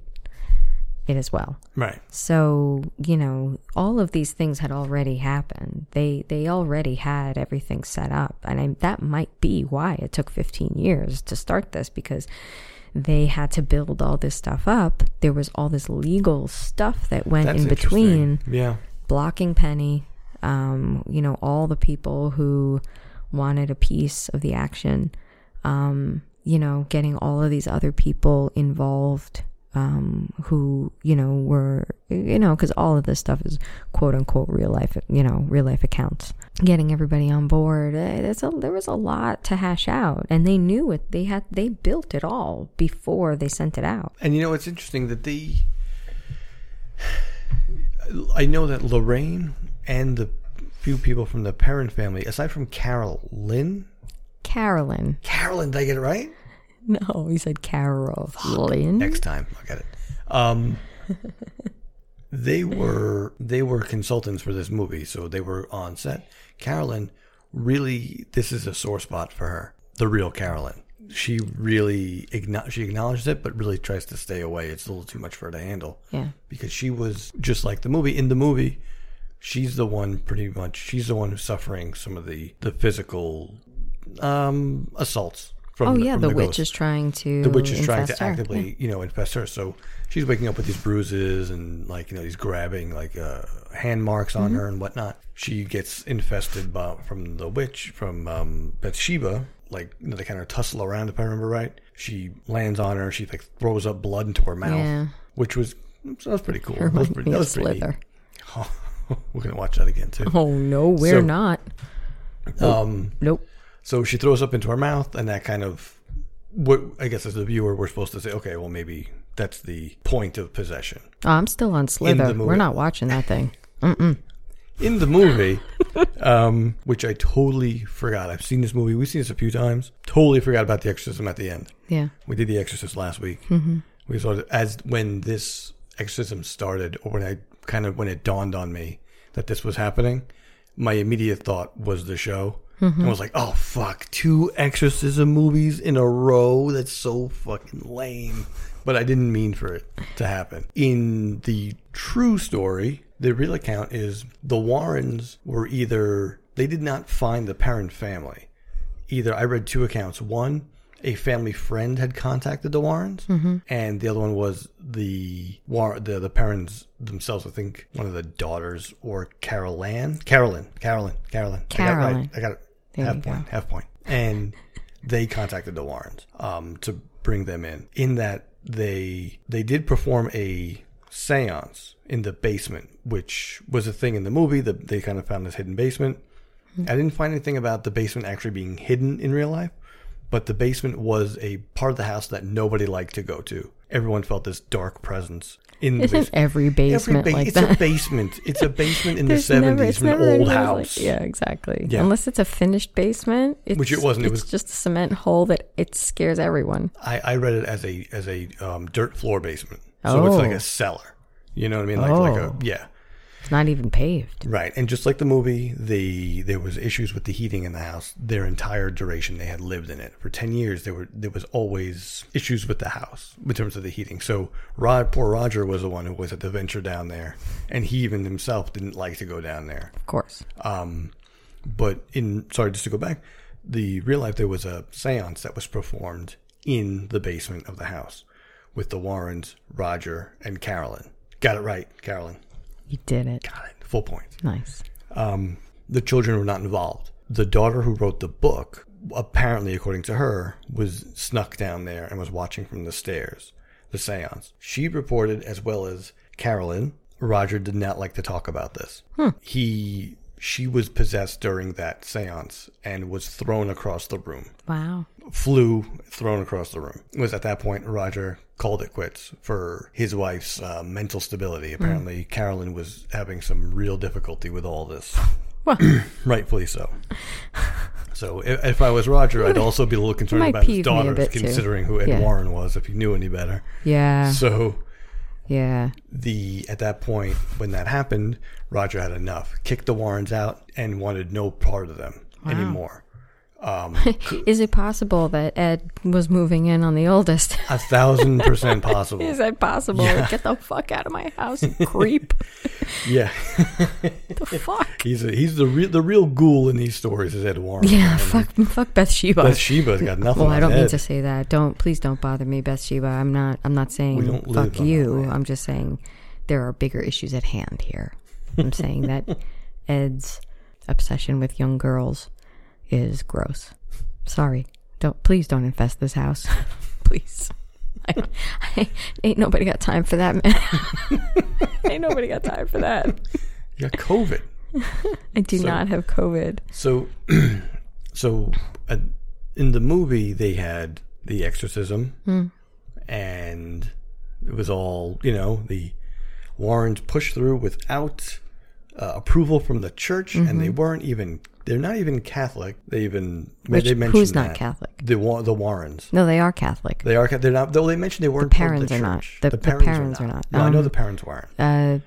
Speaker 6: it as well.
Speaker 5: Right.
Speaker 6: So you know all of these things had already happened. They they already had everything set up, and I, that might be why it took 15 years to start this because they had to build all this stuff up. There was all this legal stuff that went
Speaker 5: That's
Speaker 6: in
Speaker 5: interesting.
Speaker 6: between
Speaker 5: Yeah.
Speaker 6: blocking Penny, um, you know, all the people who wanted a piece of the action, um, you know, getting all of these other people involved um, who, you know, were, you know, because all of this stuff is quote unquote real life, you know, real life accounts. Getting everybody on board. eh, There's a, there was a lot to hash out, and they knew it. They had they built it all before they sent it out.
Speaker 5: And you know, it's interesting that the. I know that Lorraine and the few people from the parent family, aside from Carolyn,
Speaker 6: Carolyn,
Speaker 5: Carolyn, did I get it right?
Speaker 6: no, he said Carolyn.
Speaker 5: Next time, I'll get it. Um, They were they were consultants for this movie, so they were on set. Carolyn really this is a sore spot for her. The real Carolyn. She really acknow- she acknowledges it, but really tries to stay away. It's a little too much for her to handle
Speaker 6: Yeah.
Speaker 5: because she was just like the movie. In the movie, she's the one pretty much. She's the one who's suffering some of the the physical um assaults from.
Speaker 6: Oh yeah,
Speaker 5: from
Speaker 6: the, witch
Speaker 5: ghost.
Speaker 6: is trying to
Speaker 5: the witch is trying
Speaker 6: infest
Speaker 5: to
Speaker 6: her.
Speaker 5: actively you know infest her. So she's waking up with these bruises and like you know these grabbing like uh, hand marks
Speaker 6: Mm-hmm.
Speaker 5: on her and whatnot. She gets infested by from the witch from um, Bathsheba. Like you know, they kind of tussle around if I remember right. She lands on her. She like throws up blood into her mouth,
Speaker 6: Yeah.
Speaker 5: which was that was pretty cool.
Speaker 6: Yeah.
Speaker 5: That was pretty, that was pretty neat.
Speaker 6: Slither.
Speaker 5: We're gonna watch that again too.
Speaker 6: Oh no,
Speaker 5: So-
Speaker 6: we're not. Um, nope.
Speaker 5: So she throws up into her mouth, and that kind of, what I guess as the viewer, we're supposed to say, okay, well maybe that's the point of possession.
Speaker 6: Oh, I'm still on Slither.
Speaker 5: movie.
Speaker 6: We're not watching that thing.
Speaker 5: in the movie, um, which I totally forgot. I've seen this movie. We've seen this a few times. Totally forgot about the exorcism at the end.
Speaker 6: Yeah.
Speaker 5: We did the exorcist last week. We saw it as when this exorcism started, or when I kind of when it dawned on me that this was happening. My immediate thought was the show. And I was like, oh, fuck, two exorcism movies in a row? That's so fucking lame. But I didn't mean for it to happen. In the true story, the real account is the Warrens were either, they did not find the parent family either I read two accounts. One, a family friend had contacted the Warrens,
Speaker 6: Mm-hmm.
Speaker 5: and the other one was the War the, the parents themselves. I think one of the daughters or Carol Ann, Carolyn, Carolyn, Carolyn. I got,
Speaker 6: Carolyn.
Speaker 5: it right. I got it.
Speaker 6: There
Speaker 5: half
Speaker 6: you go.
Speaker 5: point, half point. And they contacted the Warrens um, to bring them in. In that they they did perform a séance in the basement, which was a thing in the movie. That they kind of found this hidden basement. I didn't find anything about the basement actually being hidden in real life, but the basement was a part of the house that nobody liked to go to. Everyone felt this dark presence in the
Speaker 6: Isn't
Speaker 5: basement.
Speaker 6: every basement
Speaker 5: ba-
Speaker 6: like
Speaker 5: it's
Speaker 6: that?
Speaker 5: a basement. It's a basement in the
Speaker 6: There's never-
Speaker 5: seventies
Speaker 6: it's
Speaker 5: from an
Speaker 6: never-
Speaker 5: old
Speaker 6: there's like-
Speaker 5: house.
Speaker 6: yeah, exactly.
Speaker 5: Yeah.
Speaker 6: Unless it's a finished basement, it's,
Speaker 5: Which it wasn't, it
Speaker 6: It's
Speaker 5: was-
Speaker 6: just a cement hole that it scares everyone.
Speaker 5: I, I read it as a as a um, dirt floor basement, so it's like
Speaker 6: Oh.
Speaker 5: a cellar. You know what I mean? Like like a
Speaker 6: Oh.
Speaker 5: yeah.
Speaker 6: It's not even paved.
Speaker 5: Right, and just like the movie, the there was issues with the heating in the house. Their entire duration they had lived in it for ten years, there were there was always issues with the house in terms of the heating. So Rod, poor Roger, was the one who was at the venture down there, and he even himself didn't like to go down there.
Speaker 6: Of course.
Speaker 5: But in sorry, just to go back, the real life there was a séance that was performed in the basement of the house with the Warrens, Roger, and Carolyn. Got it right, Carolyn.
Speaker 6: You did it.
Speaker 5: Got it. Full point.
Speaker 6: Nice.
Speaker 5: the children were not involved. The daughter who wrote the book, apparently, according to her, was snuck down there and was watching from the stairs, the seance. She reported, as well as Carolyn, Roger did not like to talk about this. He. She was possessed during that seance and was thrown across the room
Speaker 6: Wow.
Speaker 5: flew thrown across the room. It was at that point Roger called it quits for his wife's uh, mental stability.
Speaker 6: Hmm.
Speaker 5: Apparently, Carolyn was having some real difficulty with all this.
Speaker 6: Well.
Speaker 5: rightfully so. So if, if I was Roger, I'd also be a little concerned
Speaker 6: might
Speaker 5: about his
Speaker 6: peeve me a
Speaker 5: daughter,
Speaker 6: bit, too.
Speaker 5: considering who Ed
Speaker 6: Yeah.
Speaker 5: Warren was, if he knew any better.
Speaker 6: Yeah.
Speaker 5: So
Speaker 6: yeah.
Speaker 5: the at that point when that happened, Roger had enough, kicked the Warrens out, and wanted no part of them anymore.
Speaker 6: Is it possible that Ed was moving in on the oldest?
Speaker 5: A thousand percent possible.
Speaker 6: Is that possible? Get the fuck out of my house, you creep.
Speaker 5: Yeah.
Speaker 6: the fuck?
Speaker 5: He's a, he's the real the real ghoul in these stories is Ed Warren.
Speaker 6: Yeah, fuck, fuck Bathsheba.
Speaker 5: Bathsheba's got nothing.
Speaker 6: Well, I
Speaker 5: on
Speaker 6: don't
Speaker 5: Ed.
Speaker 6: mean to say that. Don't please don't bother me, Bathsheba. I'm not. I'm not saying
Speaker 5: don't live
Speaker 6: fuck
Speaker 5: on
Speaker 6: you.
Speaker 5: that land.
Speaker 6: I'm just saying there are bigger issues at hand here. I'm saying that Ed's obsession with young girls is gross. Sorry. Don't please don't infest this house. please. I, I, ain't nobody got time for that, man. ain't nobody got time for that.
Speaker 5: You got COVID.
Speaker 6: I do not have COVID.
Speaker 5: So, so uh, in the movie they had the exorcism,
Speaker 6: Hmm.
Speaker 5: and it was all you know. The Warrens pushed through without uh, approval from the church, and
Speaker 6: Mm-hmm.
Speaker 5: they weren't even. They're not even Catholic. They even
Speaker 6: Which-
Speaker 5: they mentioned
Speaker 6: who's not
Speaker 5: that.
Speaker 6: Catholic?
Speaker 5: The Wa- the Warrens.
Speaker 6: No, they are Catholic.
Speaker 5: They are. They're not. Though they mentioned they weren't. part of
Speaker 6: parents are not.
Speaker 5: church.
Speaker 6: The- the
Speaker 5: parents
Speaker 6: parents are not.
Speaker 5: No, I know
Speaker 6: Um,
Speaker 5: the parents weren't.
Speaker 6: uh,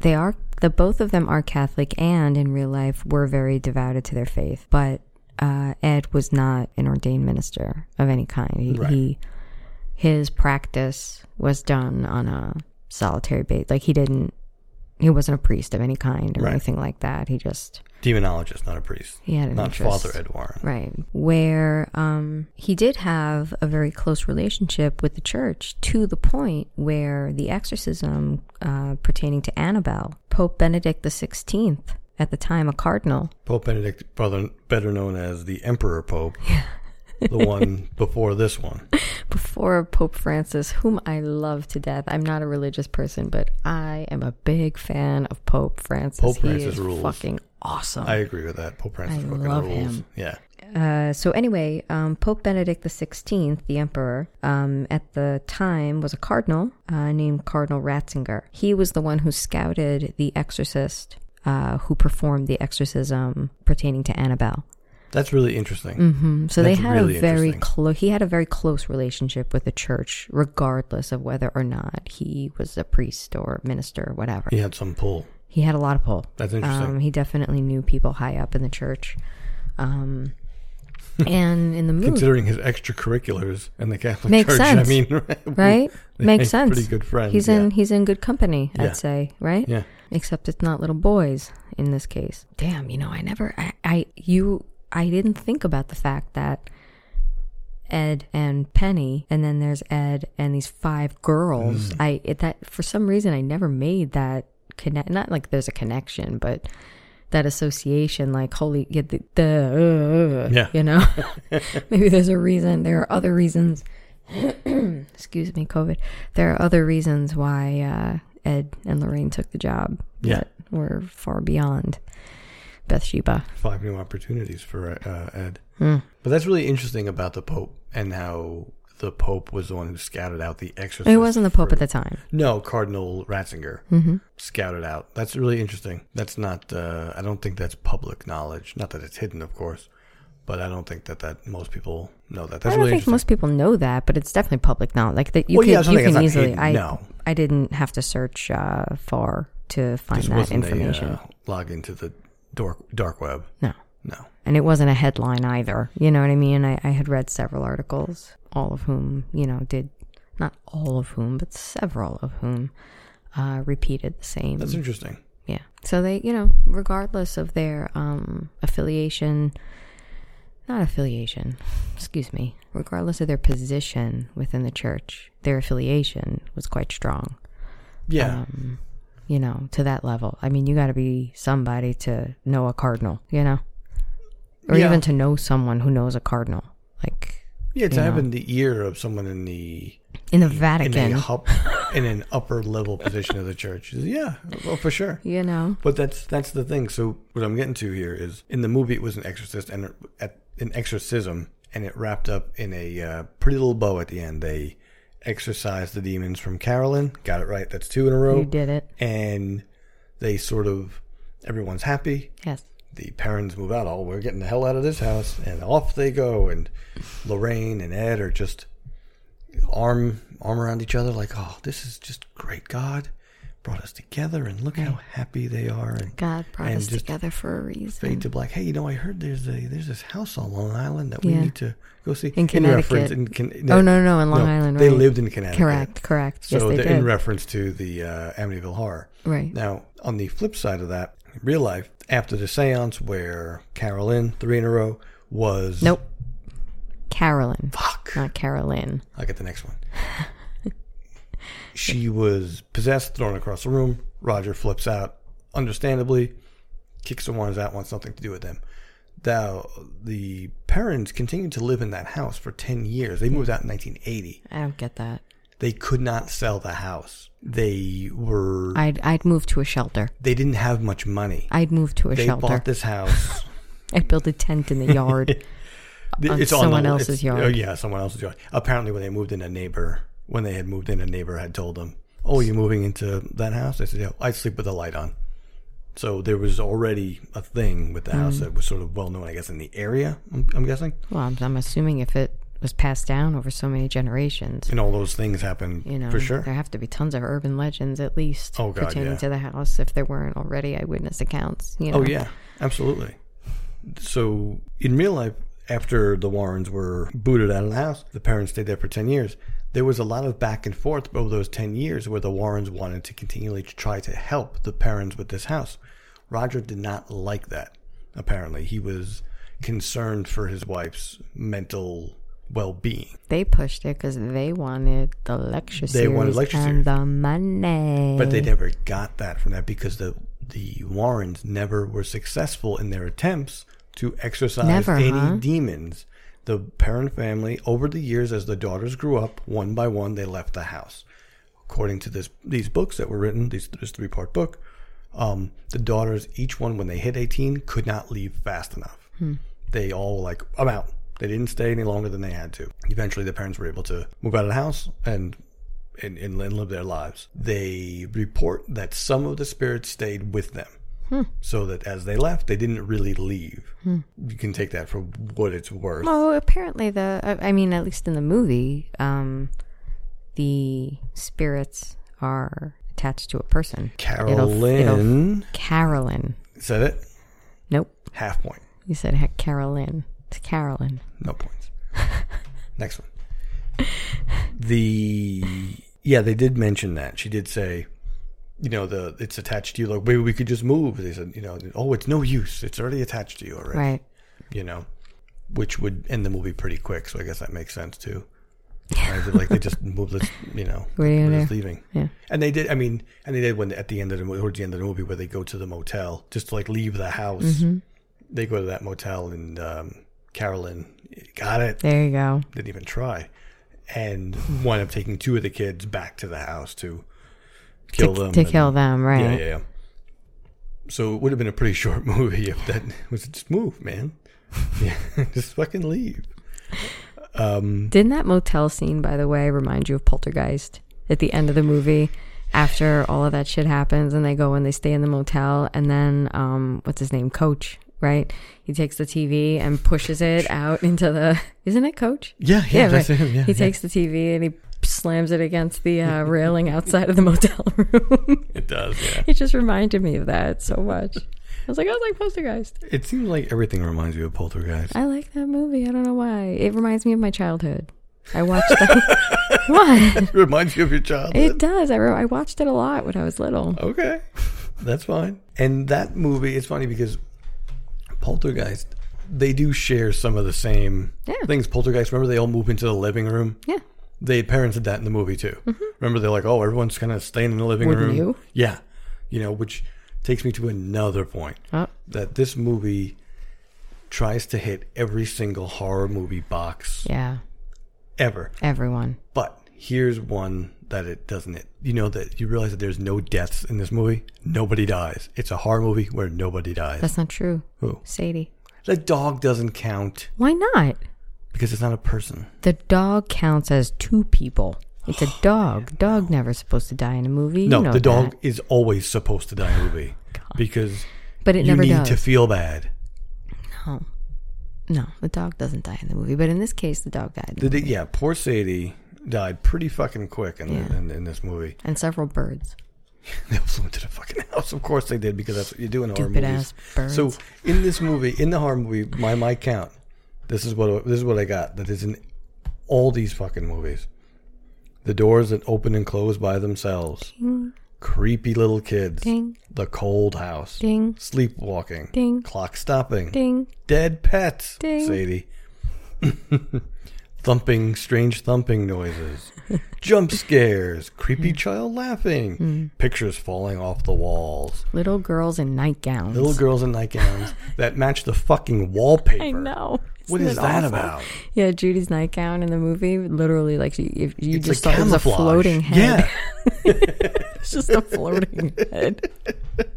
Speaker 6: They are the both of them are Catholic and in real life were very devoted to their faith. But uh, Ed was not an ordained minister of any kind. He,
Speaker 5: Right.
Speaker 6: he his practice was done on a solitary base. Like he didn't he wasn't a priest of any kind or
Speaker 5: Right.
Speaker 6: anything like that. He just
Speaker 5: Demonologist, not a priest.
Speaker 6: He had an
Speaker 5: not
Speaker 6: interest.
Speaker 5: Father Ed Warren.
Speaker 6: Right. Where um, he did have a very close relationship with the church to the point where the exorcism uh, pertaining to Annabelle, Pope Benedict XVI, at the time a cardinal,
Speaker 5: Pope Benedict, brother, better known as the Emperor Pope, the one before this one.
Speaker 6: before Pope Francis, whom I love to death. I'm not a religious person, but I am a big fan of Pope Francis.
Speaker 5: Pope
Speaker 6: He
Speaker 5: Francis
Speaker 6: is
Speaker 5: rules.
Speaker 6: fucking awesome.
Speaker 5: I agree with that. Pope Francis
Speaker 6: I
Speaker 5: fucking
Speaker 6: love
Speaker 5: rules.
Speaker 6: him.
Speaker 5: Yeah.
Speaker 6: Uh, so anyway, um, Pope Benedict XVI, the emperor, um, at the time was a cardinal uh, named Cardinal Ratzinger. He was the one who scouted the exorcist uh, who performed the exorcism pertaining to Annabelle.
Speaker 5: That's really interesting.
Speaker 6: Mm, So
Speaker 5: That's
Speaker 6: they had
Speaker 5: really
Speaker 6: a very
Speaker 5: interesting.
Speaker 6: close. He had a very close relationship with the church, regardless of whether or not he was a priest or minister or whatever.
Speaker 5: He had some pull.
Speaker 6: He had a lot of pull.
Speaker 5: That's interesting.
Speaker 6: Um, he definitely knew people high up in the church. Um, and in the movie,
Speaker 5: Considering his extracurriculars in the Catholic
Speaker 6: Makes
Speaker 5: Church, I
Speaker 6: sense.
Speaker 5: mean, right? We-
Speaker 6: right?
Speaker 5: they
Speaker 6: Makes
Speaker 5: make
Speaker 6: sense.
Speaker 5: Pretty good friends.
Speaker 6: He's
Speaker 5: yeah.
Speaker 6: in he's in good company,
Speaker 5: Yeah.
Speaker 6: I'd say, right?
Speaker 5: Yeah.
Speaker 6: Except it's not little boys in this case. Damn, you know, I never I, I you I didn't think about the fact that Ed and Penny, and then there's Ed and these five girls.
Speaker 5: Mm.
Speaker 6: I it, that for some reason I never made that connect. Not like there's a connection, but that association. Like holy, get the, the uh, uh,
Speaker 5: Yeah.
Speaker 6: you know. Maybe there's a reason. There are other reasons. Excuse me, COVID. There are other reasons why uh, Ed and Lorraine took the job.
Speaker 5: Yeah.
Speaker 6: that were far beyond Bathsheba.
Speaker 5: five new opportunities for uh, Ed.
Speaker 6: Hmm.
Speaker 5: But that's really interesting about the Pope and how the Pope was the one who scouted out the exorcist.
Speaker 6: It wasn't Mm-hmm. the Pope at the time.
Speaker 5: No, Cardinal Ratzinger scouted out. That's really interesting. That's not. Uh, I don't think that's public knowledge. Not that it's hidden, of course, but I don't think that that most people know that. That's
Speaker 6: I don't
Speaker 5: really
Speaker 6: think
Speaker 5: interesting.
Speaker 6: most people know that, but it's definitely public knowledge. Like that, you
Speaker 5: Well,
Speaker 6: can,
Speaker 5: yeah, that's
Speaker 6: you
Speaker 5: something
Speaker 6: can
Speaker 5: that's not
Speaker 6: easily.
Speaker 5: hidden.
Speaker 6: I
Speaker 5: No.
Speaker 6: I didn't have to search uh, far to find
Speaker 5: This
Speaker 6: that
Speaker 5: wasn't
Speaker 6: information.
Speaker 5: A, uh, log into the dark dark web.
Speaker 6: no,
Speaker 5: No.
Speaker 6: and it wasn't a headline either. You know what I mean? I, I had read several articles, all of whom you know did not all of whom, but several of whom uh, repeated the same.
Speaker 5: That's interesting.
Speaker 6: Yeah. So they, you know, regardless of their um, affiliation, not affiliation, excuse me, regardless of their position within the church, their affiliation was quite strong,
Speaker 5: Yeah.
Speaker 6: Um, you know, to that level. I mean, you got to be somebody to know a cardinal, you know, or
Speaker 5: Yeah.
Speaker 6: even to know someone who knows a cardinal. Like
Speaker 5: yeah, to have in the ear of someone in the
Speaker 6: in the
Speaker 5: in,
Speaker 6: Vatican,
Speaker 5: a hup, in an upper level position of the church. Yeah, well, for sure.
Speaker 6: you know.
Speaker 5: But that's that's the thing. So what I'm getting to here is in the movie it was an exorcist and it- at an exorcism, and it wrapped up in a uh, pretty little bow at the end. They exorcised the demons from Carolyn. Got it right. That's two in a row.
Speaker 6: You did it.
Speaker 5: And they sort of everyone's happy.
Speaker 6: Yes.
Speaker 5: The parents move out. Oh, we're getting the hell out of this house, and off they go. And Lorraine and Ed are just arm arm around each other, like, oh, this is just great. God brought us together, and look how happy they are. And
Speaker 6: God brought
Speaker 5: And
Speaker 6: us
Speaker 5: just
Speaker 6: together for a reason.
Speaker 5: fade to black. Hey, you know, I heard there's a there's this house on Long Island that we
Speaker 6: Yeah.
Speaker 5: need to go see
Speaker 6: In Connecticut.
Speaker 5: in Con-
Speaker 6: Oh, no, no, in Long Island,
Speaker 5: They
Speaker 6: right.
Speaker 5: lived in Connecticut.
Speaker 6: Correct, correct.
Speaker 5: So
Speaker 6: yes, they
Speaker 5: the-
Speaker 6: did.
Speaker 5: in reference to the uh, Amityville Horror.
Speaker 6: Right.
Speaker 5: Now, on the flip side of that, in real life, after the seance where Carolyn three in a row was
Speaker 6: Nope. Carolyn.
Speaker 5: fuck.
Speaker 6: Not Carolyn.
Speaker 5: I get the next one. she was possessed, thrown across the room. Roger flips out, understandably, kicks the ones out, wants nothing to do with them. Now, the parents continued to live in that house for 10 years. They moved out in 1980.
Speaker 6: I don't get that.
Speaker 5: They could not sell the house. They were,
Speaker 6: I'd I'd move to a shelter.
Speaker 5: they didn't have much money.
Speaker 6: I'd move to a
Speaker 5: They
Speaker 6: shelter.
Speaker 5: bought this house.
Speaker 6: I'd build a tent in the yard. On someone else's
Speaker 5: it's-
Speaker 6: yard.
Speaker 5: Oh, yeah, someone else's yard. Apparently, when they moved in, a neighbor, when they had moved in, a neighbor had told them, "Oh, you're moving into that house." They said, "Yeah, I sleep with the light on." So there was already a
Speaker 6: Mm.
Speaker 5: thing with the house that was sort of well known, I guess, in the area. I'm, I'm guessing.
Speaker 6: well, I'm, I'm assuming if it was passed down over so many generations.
Speaker 5: and all those things happen
Speaker 6: You know,
Speaker 5: for sure.
Speaker 6: there have to be tons of urban legends at least
Speaker 5: Oh, God,
Speaker 6: pertaining
Speaker 5: yeah.
Speaker 6: to the house if there weren't already eyewitness accounts. You know?
Speaker 5: Oh yeah, absolutely. So in real life, after the Warrens were booted out of the house, the parents stayed there for ten years. There was a lot of back and forth over those ten years where the Warrens wanted to continually try to help the parents with this house. Roger did not like that. Apparently, he was concerned for his wife's mental well-being.
Speaker 6: They pushed it because they wanted the lecture
Speaker 5: They
Speaker 6: series
Speaker 5: wanted lecture
Speaker 6: and
Speaker 5: series.
Speaker 6: the money.
Speaker 5: But they never got that from that because the the Warrens never were successful in their attempts to exorcise
Speaker 6: Never,
Speaker 5: any
Speaker 6: huh?
Speaker 5: demons. The parent family, over the years, as the daughters grew up, one by one, they left the house. According to this, these books that were written, these, this three part book, um, the daughters, each one, when they hit 18, could not leave fast enough. They all were like, I'm out. They didn't stay any longer than they had to. Eventually, the parents were able to move out of the house and and, and live their lives. They report that some of the spirits stayed with them.
Speaker 6: Hmm.
Speaker 5: So that as they left, they didn't really leave. You can take that for what it's worth.
Speaker 6: Oh, apparently the I I mean at least in the movie, um the spirits are attached to a person. It'll-
Speaker 5: Carolyn
Speaker 6: it'll- Carolyn.
Speaker 5: said it.
Speaker 6: Nope.
Speaker 5: Half point.
Speaker 6: You said heck Carolyn. It's Carolyn.
Speaker 5: No points. Next one. The yeah, they did mention that. She did say, you know, the it's attached to you. Like maybe we could just move. They said, you know, oh, it's no use. It's already attached to you already.
Speaker 6: Right.
Speaker 5: you know, which would end the movie pretty quick. So I guess that makes sense too. Right? Like they just moved, let's, you know,
Speaker 6: What are you
Speaker 5: we're
Speaker 6: gonna
Speaker 5: just
Speaker 6: do?
Speaker 5: leaving.
Speaker 6: Yeah.
Speaker 5: And they did. I mean, and they did when at the end of the movie, towards the end of the movie, where they go to the motel, just to like leave the house.
Speaker 6: Mm-hmm.
Speaker 5: They go to that motel, and um, Carolyn got it.
Speaker 6: There you go.
Speaker 5: Didn't even try, and wound up taking two of the kids back to the house to kill
Speaker 6: to
Speaker 5: them.
Speaker 6: to
Speaker 5: and-
Speaker 6: kill them, right.
Speaker 5: yeah, yeah, yeah. So it would have been a pretty short movie if that was just move, man. Yeah, just fucking leave.
Speaker 6: Didn't that motel scene, by the way, remind you of Poltergeist at the end of the movie? After all of that shit happens, and they go and they stay in the motel, and then um, what's his name, Coach, right? He takes the TV and pushes it out into the. Isn't it Coach?
Speaker 5: Yeah, yeah, that's
Speaker 6: right.
Speaker 5: him, yeah,
Speaker 6: he
Speaker 5: yeah.
Speaker 6: takes the TV and he slams it against the uh, railing outside of the motel room.
Speaker 5: It does. Yeah.
Speaker 6: it just reminded me of that so much. I was like, I was like Poltergeist.
Speaker 5: It seems like everything reminds you of Poltergeist.
Speaker 6: I like that movie. I don't know why. It reminds me of my childhood. I watched that. what?
Speaker 5: It reminds you of your childhood.
Speaker 6: It does. I, re- I watched it a lot when I was little.
Speaker 5: Okay, that's fine. And that movie, it's funny because Poltergeist, they do share some of the same
Speaker 6: Yeah.
Speaker 5: things. Poltergeist, remember they all move into the living room.
Speaker 6: Yeah.
Speaker 5: They parents did that in the movie too. Remember they're like, oh, everyone's kind of staying in the living
Speaker 6: Mm-hmm. With
Speaker 5: room.
Speaker 6: you?
Speaker 5: Yeah, you know, which takes me to another point
Speaker 6: Oh,
Speaker 5: that this movie tries to hit every single horror movie box
Speaker 6: yeah.
Speaker 5: ever.
Speaker 6: Everyone.
Speaker 5: But here's one that it doesn't hit. You know that you realize that there's no deaths in this movie. Nobody dies. It's a horror movie where nobody dies.
Speaker 6: That's not true.
Speaker 5: Who?
Speaker 6: Sadie.
Speaker 5: The dog doesn't count
Speaker 6: Why not?
Speaker 5: because it's not a person.
Speaker 6: The dog counts as two people. It's a dog. Dog never supposed to die in a movie. You
Speaker 5: No,
Speaker 6: know
Speaker 5: the dog
Speaker 6: that.
Speaker 5: is always supposed to die in a movie because
Speaker 6: But it
Speaker 5: you
Speaker 6: never
Speaker 5: need
Speaker 6: does.
Speaker 5: to feel bad.
Speaker 6: no, the dog doesn't die in the movie. But in this case, the dog died. in the
Speaker 5: The,
Speaker 6: movie.
Speaker 5: yeah, poor Sadie died pretty fucking quick in,
Speaker 6: Yeah.
Speaker 5: in, in this movie.
Speaker 6: And several birds.
Speaker 5: They all flew into the fucking house. Of course they did, because that's what you do in horror
Speaker 6: Stupid
Speaker 5: movies.
Speaker 6: ass birds.
Speaker 5: So in this movie, in the horror movie, my my count, this is what this is what I got. That is in all these fucking movies. The doors that open and close by themselves. Creepy little kids.
Speaker 6: Ding.
Speaker 5: The cold house.
Speaker 6: Ding.
Speaker 5: Sleepwalking.
Speaker 6: Ding.
Speaker 5: Clock stopping.
Speaker 6: Ding.
Speaker 5: Dead pets.
Speaker 6: Ding.
Speaker 5: Sadie. thumping, strange thumping noises, jump scares, creepy
Speaker 6: Hmm.
Speaker 5: child laughing, pictures falling off the walls,
Speaker 6: Little girls in nightgowns.
Speaker 5: little girls in nightgowns that match the fucking wallpaper.
Speaker 6: I know.
Speaker 5: What
Speaker 6: Isn't
Speaker 5: is
Speaker 6: it
Speaker 5: that
Speaker 6: awful?
Speaker 5: about?
Speaker 6: Yeah, Judy's nightgown in the movie, literally, like she, if you
Speaker 5: It's
Speaker 6: just
Speaker 5: like
Speaker 6: thought it was a
Speaker 5: camouflage.
Speaker 6: floating head.
Speaker 5: Yeah.
Speaker 6: it's just a floating head.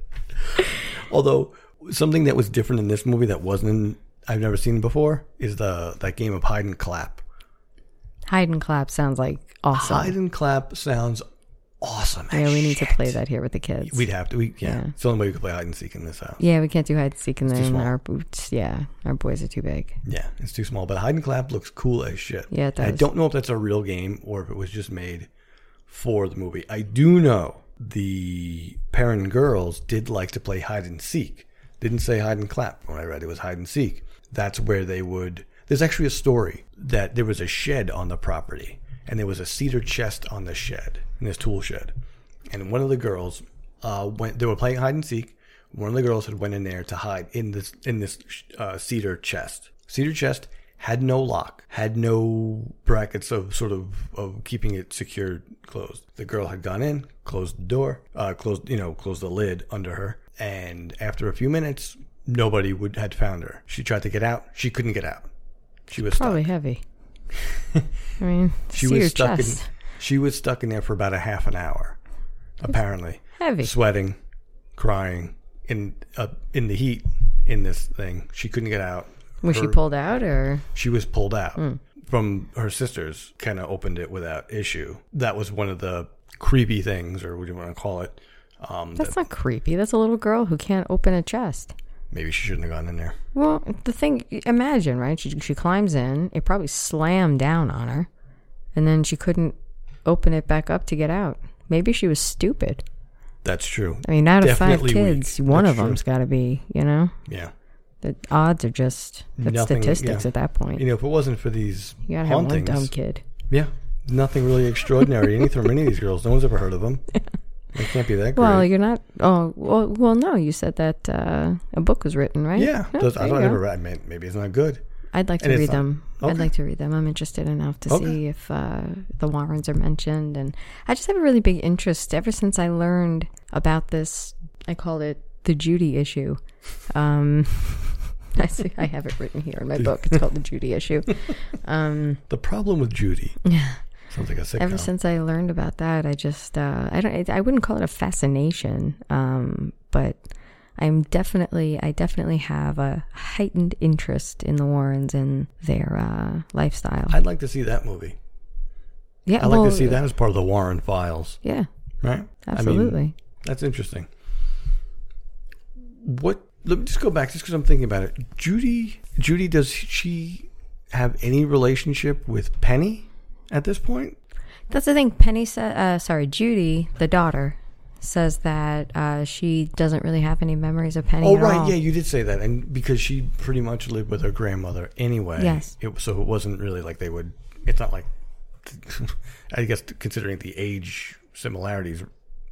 Speaker 5: Although something that was different in this movie that wasn't in, I've never seen before is the that game of hide and clap.
Speaker 6: Hide and clap sounds like awesome.
Speaker 5: Hide and clap sounds awesome.
Speaker 6: Yeah,
Speaker 5: as
Speaker 6: we need to
Speaker 5: shit.
Speaker 6: play that here with the kids.
Speaker 5: We'd have to. We yeah.
Speaker 6: Yeah.
Speaker 5: It's the only way we could play hide and seek in this uh, house.
Speaker 6: yeah, we can't do hide and seek in
Speaker 5: too
Speaker 6: there. and
Speaker 5: small.
Speaker 6: Our boots, yeah, our boys are too big.
Speaker 5: Yeah, it's too small. But hide and clap looks cool as shit.
Speaker 6: Yeah, it
Speaker 5: And I
Speaker 6: does.
Speaker 5: don't know if that's a real game or if it was just made for the movie. I do know the parent girls did like to play hide and seek. Didn't say hide and clap when I read it was hide and seek. That's where they would. There's actually a story that there was a shed on the property and there was a cedar chest on the shed in this tool shed, and one of the girls uh, went. They were playing hide and seek. One of the girls had went in there to hide in this in this uh, cedar chest. Cedar chest had no lock, had no brackets of sort of, of keeping it secured closed. The girl had gone in, closed the door, uh, closed you know closed the lid under her, and after a few minutes, nobody would had found her. She tried to get out, she couldn't get out. She was stuck.
Speaker 6: Probably heavy. I mean,
Speaker 5: She
Speaker 6: see your
Speaker 5: was stuck
Speaker 6: chest.
Speaker 5: in she was stuck in there for about a half an hour, apparently
Speaker 6: heavy.
Speaker 5: sweating, crying in uh, in the heat in this thing. She couldn't get out.
Speaker 6: Was she
Speaker 5: Her-
Speaker 6: pulled out or?
Speaker 5: She was pulled out
Speaker 6: Hmm.
Speaker 5: from her sisters. Kind of opened it without issue. That was one of the creepy things, or what do you want to call it? Um, that
Speaker 6: That's not creepy. That's a little girl who can't open a chest.
Speaker 5: maybe she shouldn't have gone in there.
Speaker 6: Well, the thing, imagine, right? She, she climbs in, it probably slammed down on her, and then she couldn't open it back up to get out. Maybe she was stupid.
Speaker 5: That's true.
Speaker 6: I mean, out of
Speaker 5: Definitely
Speaker 6: five kids,
Speaker 5: weak.
Speaker 6: one
Speaker 5: That's
Speaker 6: of
Speaker 5: true.
Speaker 6: them's got to be, you know?
Speaker 5: Yeah.
Speaker 6: The odds are just that's
Speaker 5: Nothing,
Speaker 6: statistics
Speaker 5: yeah.
Speaker 6: at that point.
Speaker 5: You know, if it wasn't for these
Speaker 6: You gotta have one
Speaker 5: hauntings,
Speaker 6: dumb kid.
Speaker 5: yeah, nothing really extraordinary. Anything from any of these girls, no one's ever heard of them. They can't be that great.
Speaker 6: Well, you're not. Oh, well, well, no. You said that uh, a book was written, right?
Speaker 5: yeah,
Speaker 6: Oh,
Speaker 5: those,
Speaker 6: there
Speaker 5: I
Speaker 6: you
Speaker 5: don't
Speaker 6: go.
Speaker 5: ever. I mean, maybe it's not good.
Speaker 6: I'd like to
Speaker 5: And it's
Speaker 6: read
Speaker 5: not-
Speaker 6: them. I'd
Speaker 5: Okay.
Speaker 6: like to read them. I'm interested enough to
Speaker 5: Okay.
Speaker 6: see if uh, the Warrens are mentioned, and I just have a really big interest ever since I learned about this. I called it the Judy issue. Um, I see. I have it written here in my book. It's called the Judy issue.
Speaker 5: The problem with Judy. Yeah. Sounds like a sitcom.
Speaker 6: Ever since I learned about that, I just uh, I don't I wouldn't call it a fascination, um, but I'm definitely I definitely have a heightened interest in the Warrens and their uh, lifestyle.
Speaker 5: I'd like to see that movie.
Speaker 6: yeah,
Speaker 5: I'd like
Speaker 6: well,
Speaker 5: to see that as part of the Warren Files,
Speaker 6: Yeah,
Speaker 5: right? I
Speaker 6: absolutely.
Speaker 5: mean, that's interesting. What? Let me just go back, just because I'm thinking about it. Judy, Judy, does she have any relationship with Penny at this point?
Speaker 6: That's the thing. Penny said, uh, sorry, Judy, the daughter, says that uh, she doesn't really have any memories of Penny.
Speaker 5: Oh,
Speaker 6: at
Speaker 5: right,
Speaker 6: all.
Speaker 5: yeah, you did say that, and because she pretty much lived with her grandmother anyway.
Speaker 6: Yes.
Speaker 5: It, so it wasn't really like they would. It's not like, I guess, considering the age similarities,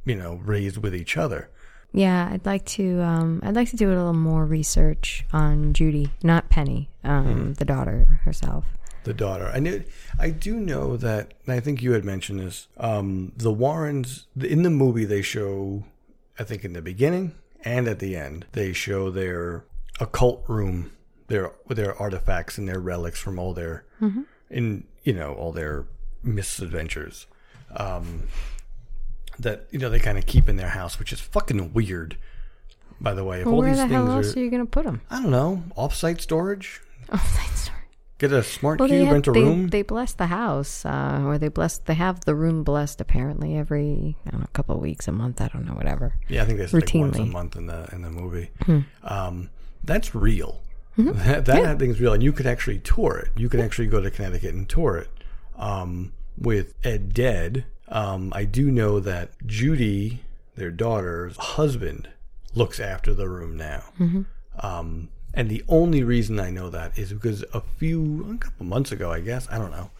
Speaker 5: you know, raised with each other.
Speaker 6: Yeah, I'd like to. Um, I'd like to do a little more research on Judy, not Penny,
Speaker 5: Hmm.
Speaker 6: um, the daughter herself.
Speaker 5: the daughter. I knew, I do know that, and I think you had mentioned this. Um, the Warrens in the movie they show, I think in the beginning and at the end they show their occult room, their their artifacts and their relics from all their,
Speaker 6: Mm-hmm.
Speaker 5: in you know all their misadventures. Um, that you know they kind of keep in their house, which is fucking weird. By the way, if all
Speaker 6: Where
Speaker 5: these
Speaker 6: the
Speaker 5: things
Speaker 6: hell else
Speaker 5: are,
Speaker 6: are you gonna put them?
Speaker 5: I don't know, off-site storage.
Speaker 6: Oh, that's right.
Speaker 5: Get a smart
Speaker 6: Well,
Speaker 5: cube,
Speaker 6: they, have,
Speaker 5: rent a
Speaker 6: they
Speaker 5: room.
Speaker 6: they bless the house, uh, or they bless they have the room blessed apparently every I don't know, a couple of weeks, a month, I don't know, whatever.
Speaker 5: Yeah, I think they said like once a
Speaker 6: Routinely.
Speaker 5: month in the in the movie. Um, that's real. That, that I think is real, and you could actually tour it. You could actually go to Connecticut and tour it um, with Ed Dead. Um, I do know that Judy, their daughter's husband, looks after the room now. Um, and the only reason I know that is because a few, a couple months ago, I guess, I don't know,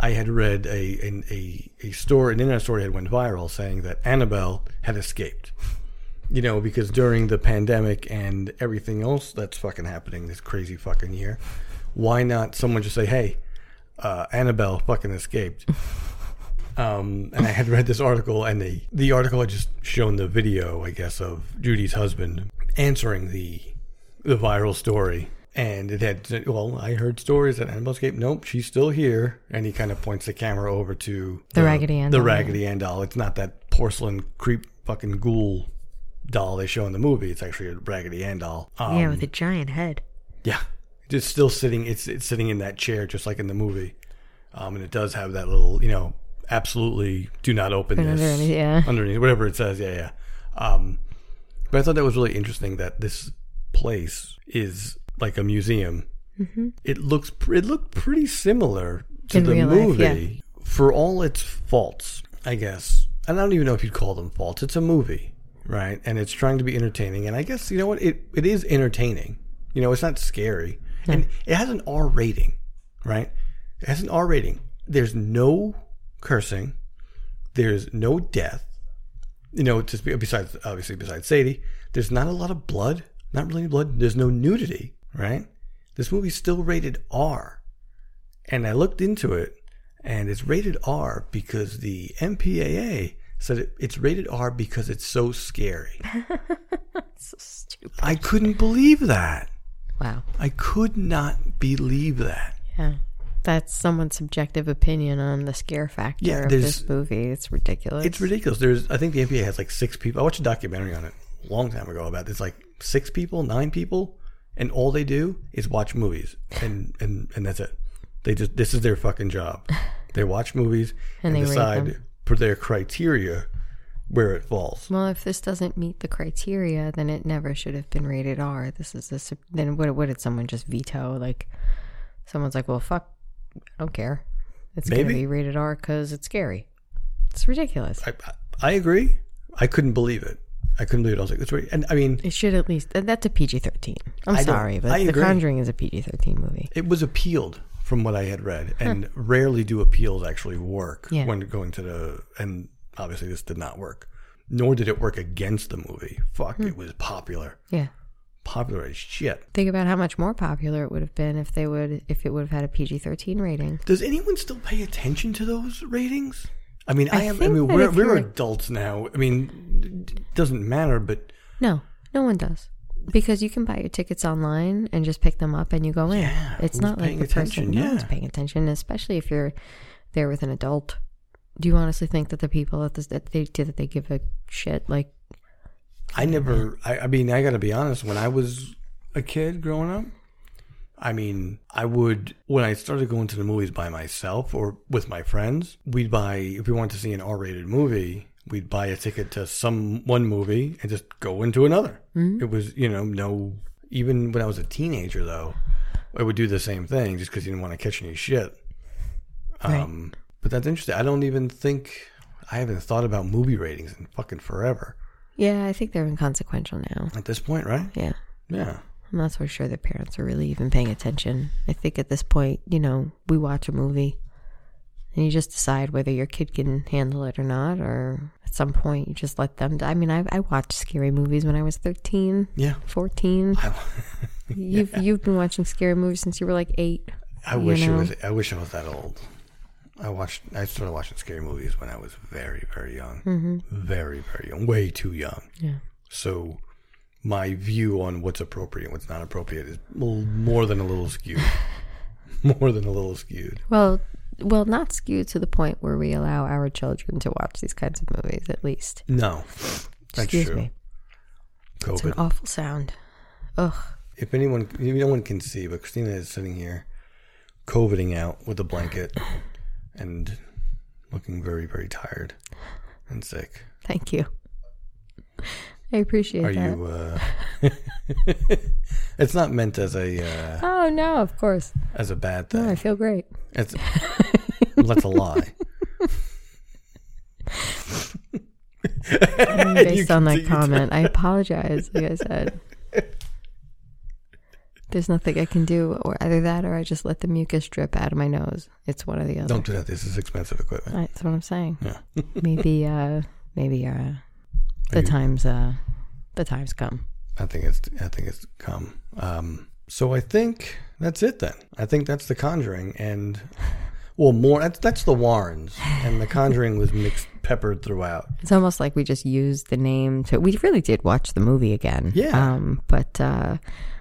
Speaker 5: I had read a an, a a story, an internet story had went viral saying that Annabelle had escaped. You know, because during the pandemic and everything else that's fucking happening this crazy fucking year, why not someone just say, "Hey, uh, Annabelle fucking escaped"? Um, and I had read this article, and the the article had just shown the video, I guess, of Judy's husband answering the the viral story, and it had well, I heard stories that Annabelle escaped. Nope, she's still here, and he kind of points the camera over to
Speaker 6: The Raggedy Ann
Speaker 5: the
Speaker 6: doll.
Speaker 5: Raggedy Ann doll. It's not that porcelain creep fucking ghoul doll they show in the movie. It's actually a Raggedy Ann doll. Um,
Speaker 6: yeah, with a giant head.
Speaker 5: yeah, it's still sitting. It's it's sitting in that chair, just like in the movie. Um, and it does have that little, you know, absolutely do not open
Speaker 6: Put
Speaker 5: this
Speaker 6: underneath, yeah.
Speaker 5: underneath whatever it says. Yeah, yeah. Um, but I thought that was really interesting that this place is like a museum. It looks pr- it looked pretty similar to
Speaker 6: Mm-hmm. In
Speaker 5: the
Speaker 6: real life,
Speaker 5: movie
Speaker 6: yeah.
Speaker 5: for all its faults, I guess. And I don't even know if you'd call them faults. It's a movie, right? And it's trying to be entertaining. And I guess you know what it it is entertaining. You know, it's not scary, and it has an R rating, right? It has an R rating. There's no cursing. There's no death. You know, just be- besides obviously besides Sadie, there's not a lot of blood. Not really blood. There's no nudity, right? This movie's still rated R, and I looked into it, and it's rated R because the MPAA said it, it's rated R because it's so scary.
Speaker 6: So stupid.
Speaker 5: I couldn't believe that.
Speaker 6: Wow.
Speaker 5: I could not believe that.
Speaker 6: Yeah. That's someone's subjective opinion on the scare factor
Speaker 5: Yeah,
Speaker 6: of
Speaker 5: there's-
Speaker 6: this movie. It's ridiculous.
Speaker 5: It's ridiculous. There's, I think the NBA has like six people. I watched a documentary on it a long time ago about this. Like six people, nine people, and all they do is watch movies, and and and that's it. They just this is their fucking job. They watch movies and,
Speaker 6: And they rate
Speaker 5: decide
Speaker 6: them.
Speaker 5: for their criteria where it falls.
Speaker 6: Well, if this doesn't meet the criteria, then it never should have been rated R. This is a sub- then what? What did someone just veto? Like, someone's like, "Well, fuck, I don't care. It's
Speaker 5: Maybe.
Speaker 6: gonna be rated R because it's scary." It's ridiculous.
Speaker 5: I I agree. I couldn't believe it. I couldn't believe it. I was like, it's right. And I mean,
Speaker 6: it should at least. and That's a PG thirteen. I'm
Speaker 5: I don't-
Speaker 6: sorry, but
Speaker 5: I
Speaker 6: The
Speaker 5: agree.
Speaker 6: Conjuring is a PG thirteen movie.
Speaker 5: it was appealed from what I had read, and rarely do appeals actually work
Speaker 6: Yeah.
Speaker 5: when going to the. And obviously, this did not work, nor did it work against the movie. Fuck,
Speaker 6: Hmm.
Speaker 5: it was popular,
Speaker 6: Yeah.
Speaker 5: popular as shit.
Speaker 6: Think about how much more popular it would have been if they would if it would have had a PG thirteen rating.
Speaker 5: Does anyone still pay attention to those ratings? I mean, I,
Speaker 6: I
Speaker 5: am. I
Speaker 6: think
Speaker 5: mean,
Speaker 6: that
Speaker 5: we're,
Speaker 6: if you're
Speaker 5: we're
Speaker 6: a-
Speaker 5: adults now. I mean, it doesn't matter, but
Speaker 6: No, no one does. Because you can buy your tickets online and just pick them up and you go in.
Speaker 5: Yeah,
Speaker 6: it's
Speaker 5: who's
Speaker 6: not like
Speaker 5: paying
Speaker 6: the
Speaker 5: attention?
Speaker 6: person no one's
Speaker 5: Yeah.
Speaker 6: paying attention, especially if you're there with an adult. Do you honestly think that the people at this that they do that they give a shit? Like,
Speaker 5: I never. I, I mean, I got to be honest. When I was a kid growing up, I mean, I would when I started going to the movies by myself or with my friends, we'd buy if we wanted to see an R-rated movie, we'd buy a ticket to some one movie and just go into another. It was you know no. Even when I was a teenager, though, I would do the same thing just because you didn't want to catch any shit. Um, But that's interesting. I don't even think I haven't thought about movie ratings in fucking forever
Speaker 6: yeah, I think they're inconsequential now.
Speaker 5: at this point, right?
Speaker 6: Yeah,
Speaker 5: Yeah.
Speaker 6: I'm not so sure the parents are really even paying attention. I think at this point, you know, we watch a movie and you just decide whether your kid can handle it or not, or at some point you just let them. I mean, I, I watched scary movies when I was 13.
Speaker 5: Yeah.
Speaker 6: 14. You've you've been watching scary movies since you were like eight.
Speaker 5: I
Speaker 6: You
Speaker 5: wish
Speaker 6: know?
Speaker 5: it was I wish I was that old. I watched I started watching scary movies when I was very, very young. Very, very young. Way too young.
Speaker 6: Mm-hmm. Yeah.
Speaker 5: So my view on what's appropriate and what's not appropriate is l- more than a little skewed. more than a little skewed.
Speaker 6: Well, well, not skewed to the point where we allow our children to watch these kinds of movies. At least,
Speaker 5: No. That's
Speaker 6: excuse
Speaker 5: true.
Speaker 6: me, it's an
Speaker 5: COVID.
Speaker 6: awful sound. Ugh.
Speaker 5: If anyone if no one can see, but Christina is sitting here coveting out with a blanket and looking very, very tired and sick.
Speaker 6: Thank you. I appreciate
Speaker 5: Are
Speaker 6: that.
Speaker 5: you? Uh, it's not meant as a uh,
Speaker 6: Oh no, of course.
Speaker 5: as a bad
Speaker 6: No, I
Speaker 5: thing.
Speaker 6: feel great.
Speaker 5: It's, well, that's a lie.
Speaker 6: Based on that comment, I apologize. Like I said, there's nothing I can do, or either that, or I just let the mucus drip out of my nose. It's one or the other.
Speaker 5: Don't do that. This is expensive equipment.
Speaker 6: That's what I'm saying.
Speaker 5: Yeah.
Speaker 6: maybe uh maybe uh the
Speaker 5: you-
Speaker 6: times uh the times come.
Speaker 5: I think it's I think it's come. Um, so I think that's it then. I think that's The Conjuring and well more that's that's The Warrens and The Conjuring was mixed peppered throughout.
Speaker 6: It's almost like we just used the name to we really did watch the movie again.
Speaker 5: Yeah.
Speaker 6: Um but uh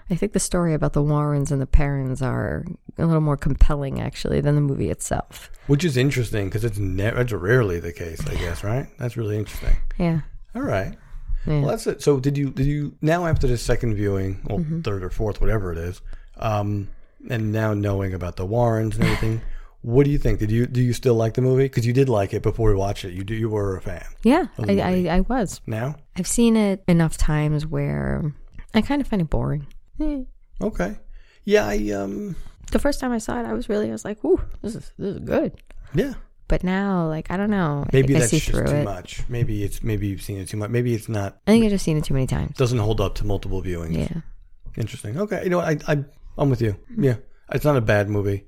Speaker 6: I think the story about the Warrens and the Perrins are a little more compelling actually than the movie itself.
Speaker 5: Which is interesting because it's never it's rarely the case, I guess, right? That's really interesting.
Speaker 6: Yeah.
Speaker 5: All right.
Speaker 6: Yeah.
Speaker 5: Well, that's it. So, did you did you now after this second viewing, or
Speaker 6: Mm-hmm.
Speaker 5: third or fourth, whatever it is, um, and now knowing about the Warrens and everything, What do you think? Did you do you still like the movie? Because you did like it before we watched it. You do. You were a fan.
Speaker 6: Yeah,
Speaker 5: A
Speaker 6: I,
Speaker 5: little
Speaker 6: I, I was.
Speaker 5: Now,
Speaker 6: I've seen it enough times where I kind of find it boring. Eh.
Speaker 5: okay. Yeah, I um,
Speaker 6: The first time I saw it, I was really, I was like, "Ooh, this is this is good."
Speaker 5: yeah.
Speaker 6: But now, like, I don't know. I
Speaker 5: Maybe
Speaker 6: think I
Speaker 5: that's
Speaker 6: see
Speaker 5: just
Speaker 6: through
Speaker 5: too
Speaker 6: it.
Speaker 5: much. Maybe it's maybe you've seen it too much. Maybe it's not
Speaker 6: I think I've just seen it too many times.
Speaker 5: doesn't hold up to multiple viewings.
Speaker 6: Yeah.
Speaker 5: Interesting. Okay. You know, I, I I'm with you. Yeah, it's not a bad movie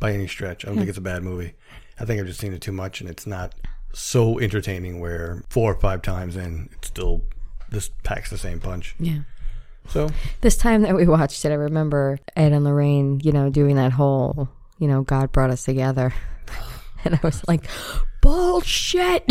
Speaker 5: by any stretch. I
Speaker 6: Hmm.
Speaker 5: don't think it's a bad movie. I think I've just seen it too much, and it's not so entertaining. Where four or five times in, it still this packs the same punch.
Speaker 6: Yeah.
Speaker 5: So
Speaker 6: This time that we watched it, I remember Ed and Lorraine, you know, doing that whole, you know, God brought us together. and I was like, bullshit.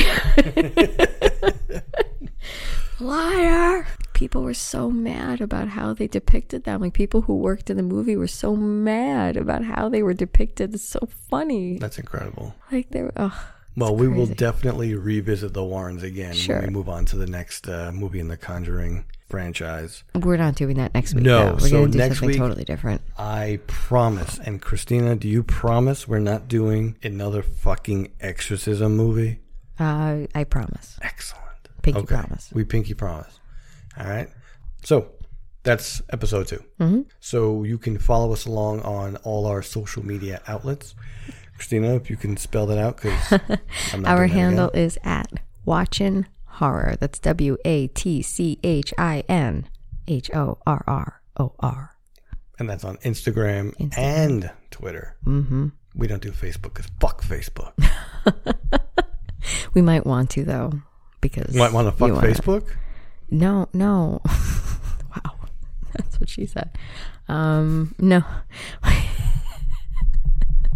Speaker 6: Liar. People were so mad about how they depicted them. Like, people who worked in the movie were so mad about how they were depicted. It's so funny.
Speaker 5: that's incredible.
Speaker 6: Like, they were, oh,
Speaker 5: Well, we will
Speaker 6: crazy.
Speaker 5: definitely revisit the Warrens again
Speaker 6: Sure.
Speaker 5: when we move on to the next uh, movie in the Conjuring franchise.
Speaker 6: we're not doing that next week.
Speaker 5: No,
Speaker 6: though. We're
Speaker 5: so
Speaker 6: going to do
Speaker 5: next
Speaker 6: something
Speaker 5: week-
Speaker 6: totally different.
Speaker 5: I promise. And Christina, do you promise we're not doing another fucking exorcism movie?
Speaker 6: Uh, I promise.
Speaker 5: Excellent.
Speaker 6: Pinky promise.
Speaker 5: We pinky promise. All right. So that's episode 2
Speaker 6: Mm-hmm.
Speaker 5: So you can follow us along on all our social media outlets. Christina, if you can spell that out, because
Speaker 6: Our handle is at Watchin Horror. That's W A T C H I N H O R R O R.
Speaker 5: and that's on Instagram, and Twitter. Mm-hmm. We don't do Facebook because fuck Facebook.
Speaker 6: We might want to though, because
Speaker 5: You might want to fuck
Speaker 6: you wanna-
Speaker 5: Facebook.
Speaker 6: No, no. wow, that's what she said. Um, no,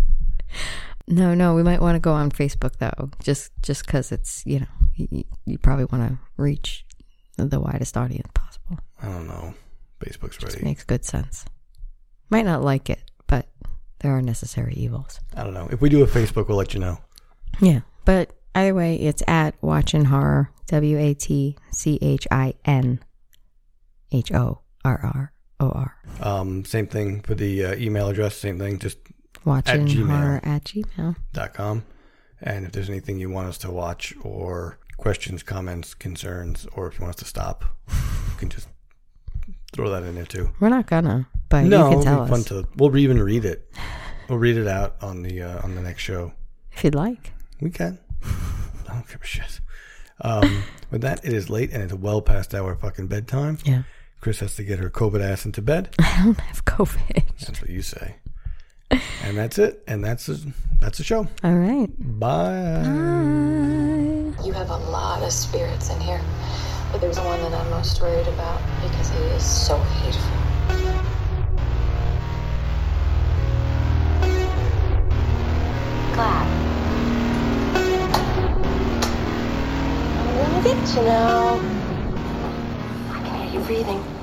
Speaker 6: no, no. We might want to go on Facebook though, just just because it's you know you, you probably want to reach the widest audience possible.
Speaker 5: I don't know. Facebook's ready.
Speaker 6: makes good sense. Might not like it, but there are necessary evils.
Speaker 5: I don't know. If we do a Facebook, we'll let you know.
Speaker 6: Yeah. But either way, it's at Watchin Horror, W A T C H I N H O R R O R.
Speaker 5: Um, same thing for the uh, email address. Same thing. Just
Speaker 6: Watchin
Speaker 5: Gmail.
Speaker 6: Horror at Gmail.
Speaker 5: dot com. And if there's anything you want us to watch or questions, comments, concerns, or if you want us to stop, you can just throw that in there too.
Speaker 6: We're not gonna, but
Speaker 5: no,
Speaker 6: you can
Speaker 5: it'd be
Speaker 6: tell
Speaker 5: fun
Speaker 6: us
Speaker 5: to. We'll re- even read it. We'll read it out on the uh, on the next show.
Speaker 6: if you'd like.
Speaker 5: We can. I don't give a shit. Um, with that, it is late and it's well past our fucking bedtime.
Speaker 6: Yeah.
Speaker 5: Chris has to get her COVID ass into bed.
Speaker 6: I don't have COVID.
Speaker 5: That's what you say. And that's it. And that's a, that's the show.
Speaker 6: All right.
Speaker 5: Bye.
Speaker 3: You have a lot of spirits in here, but there's one that I'm most worried about because he is so hateful.
Speaker 4: Clap. I'm gonna get you now. I can hear you breathing.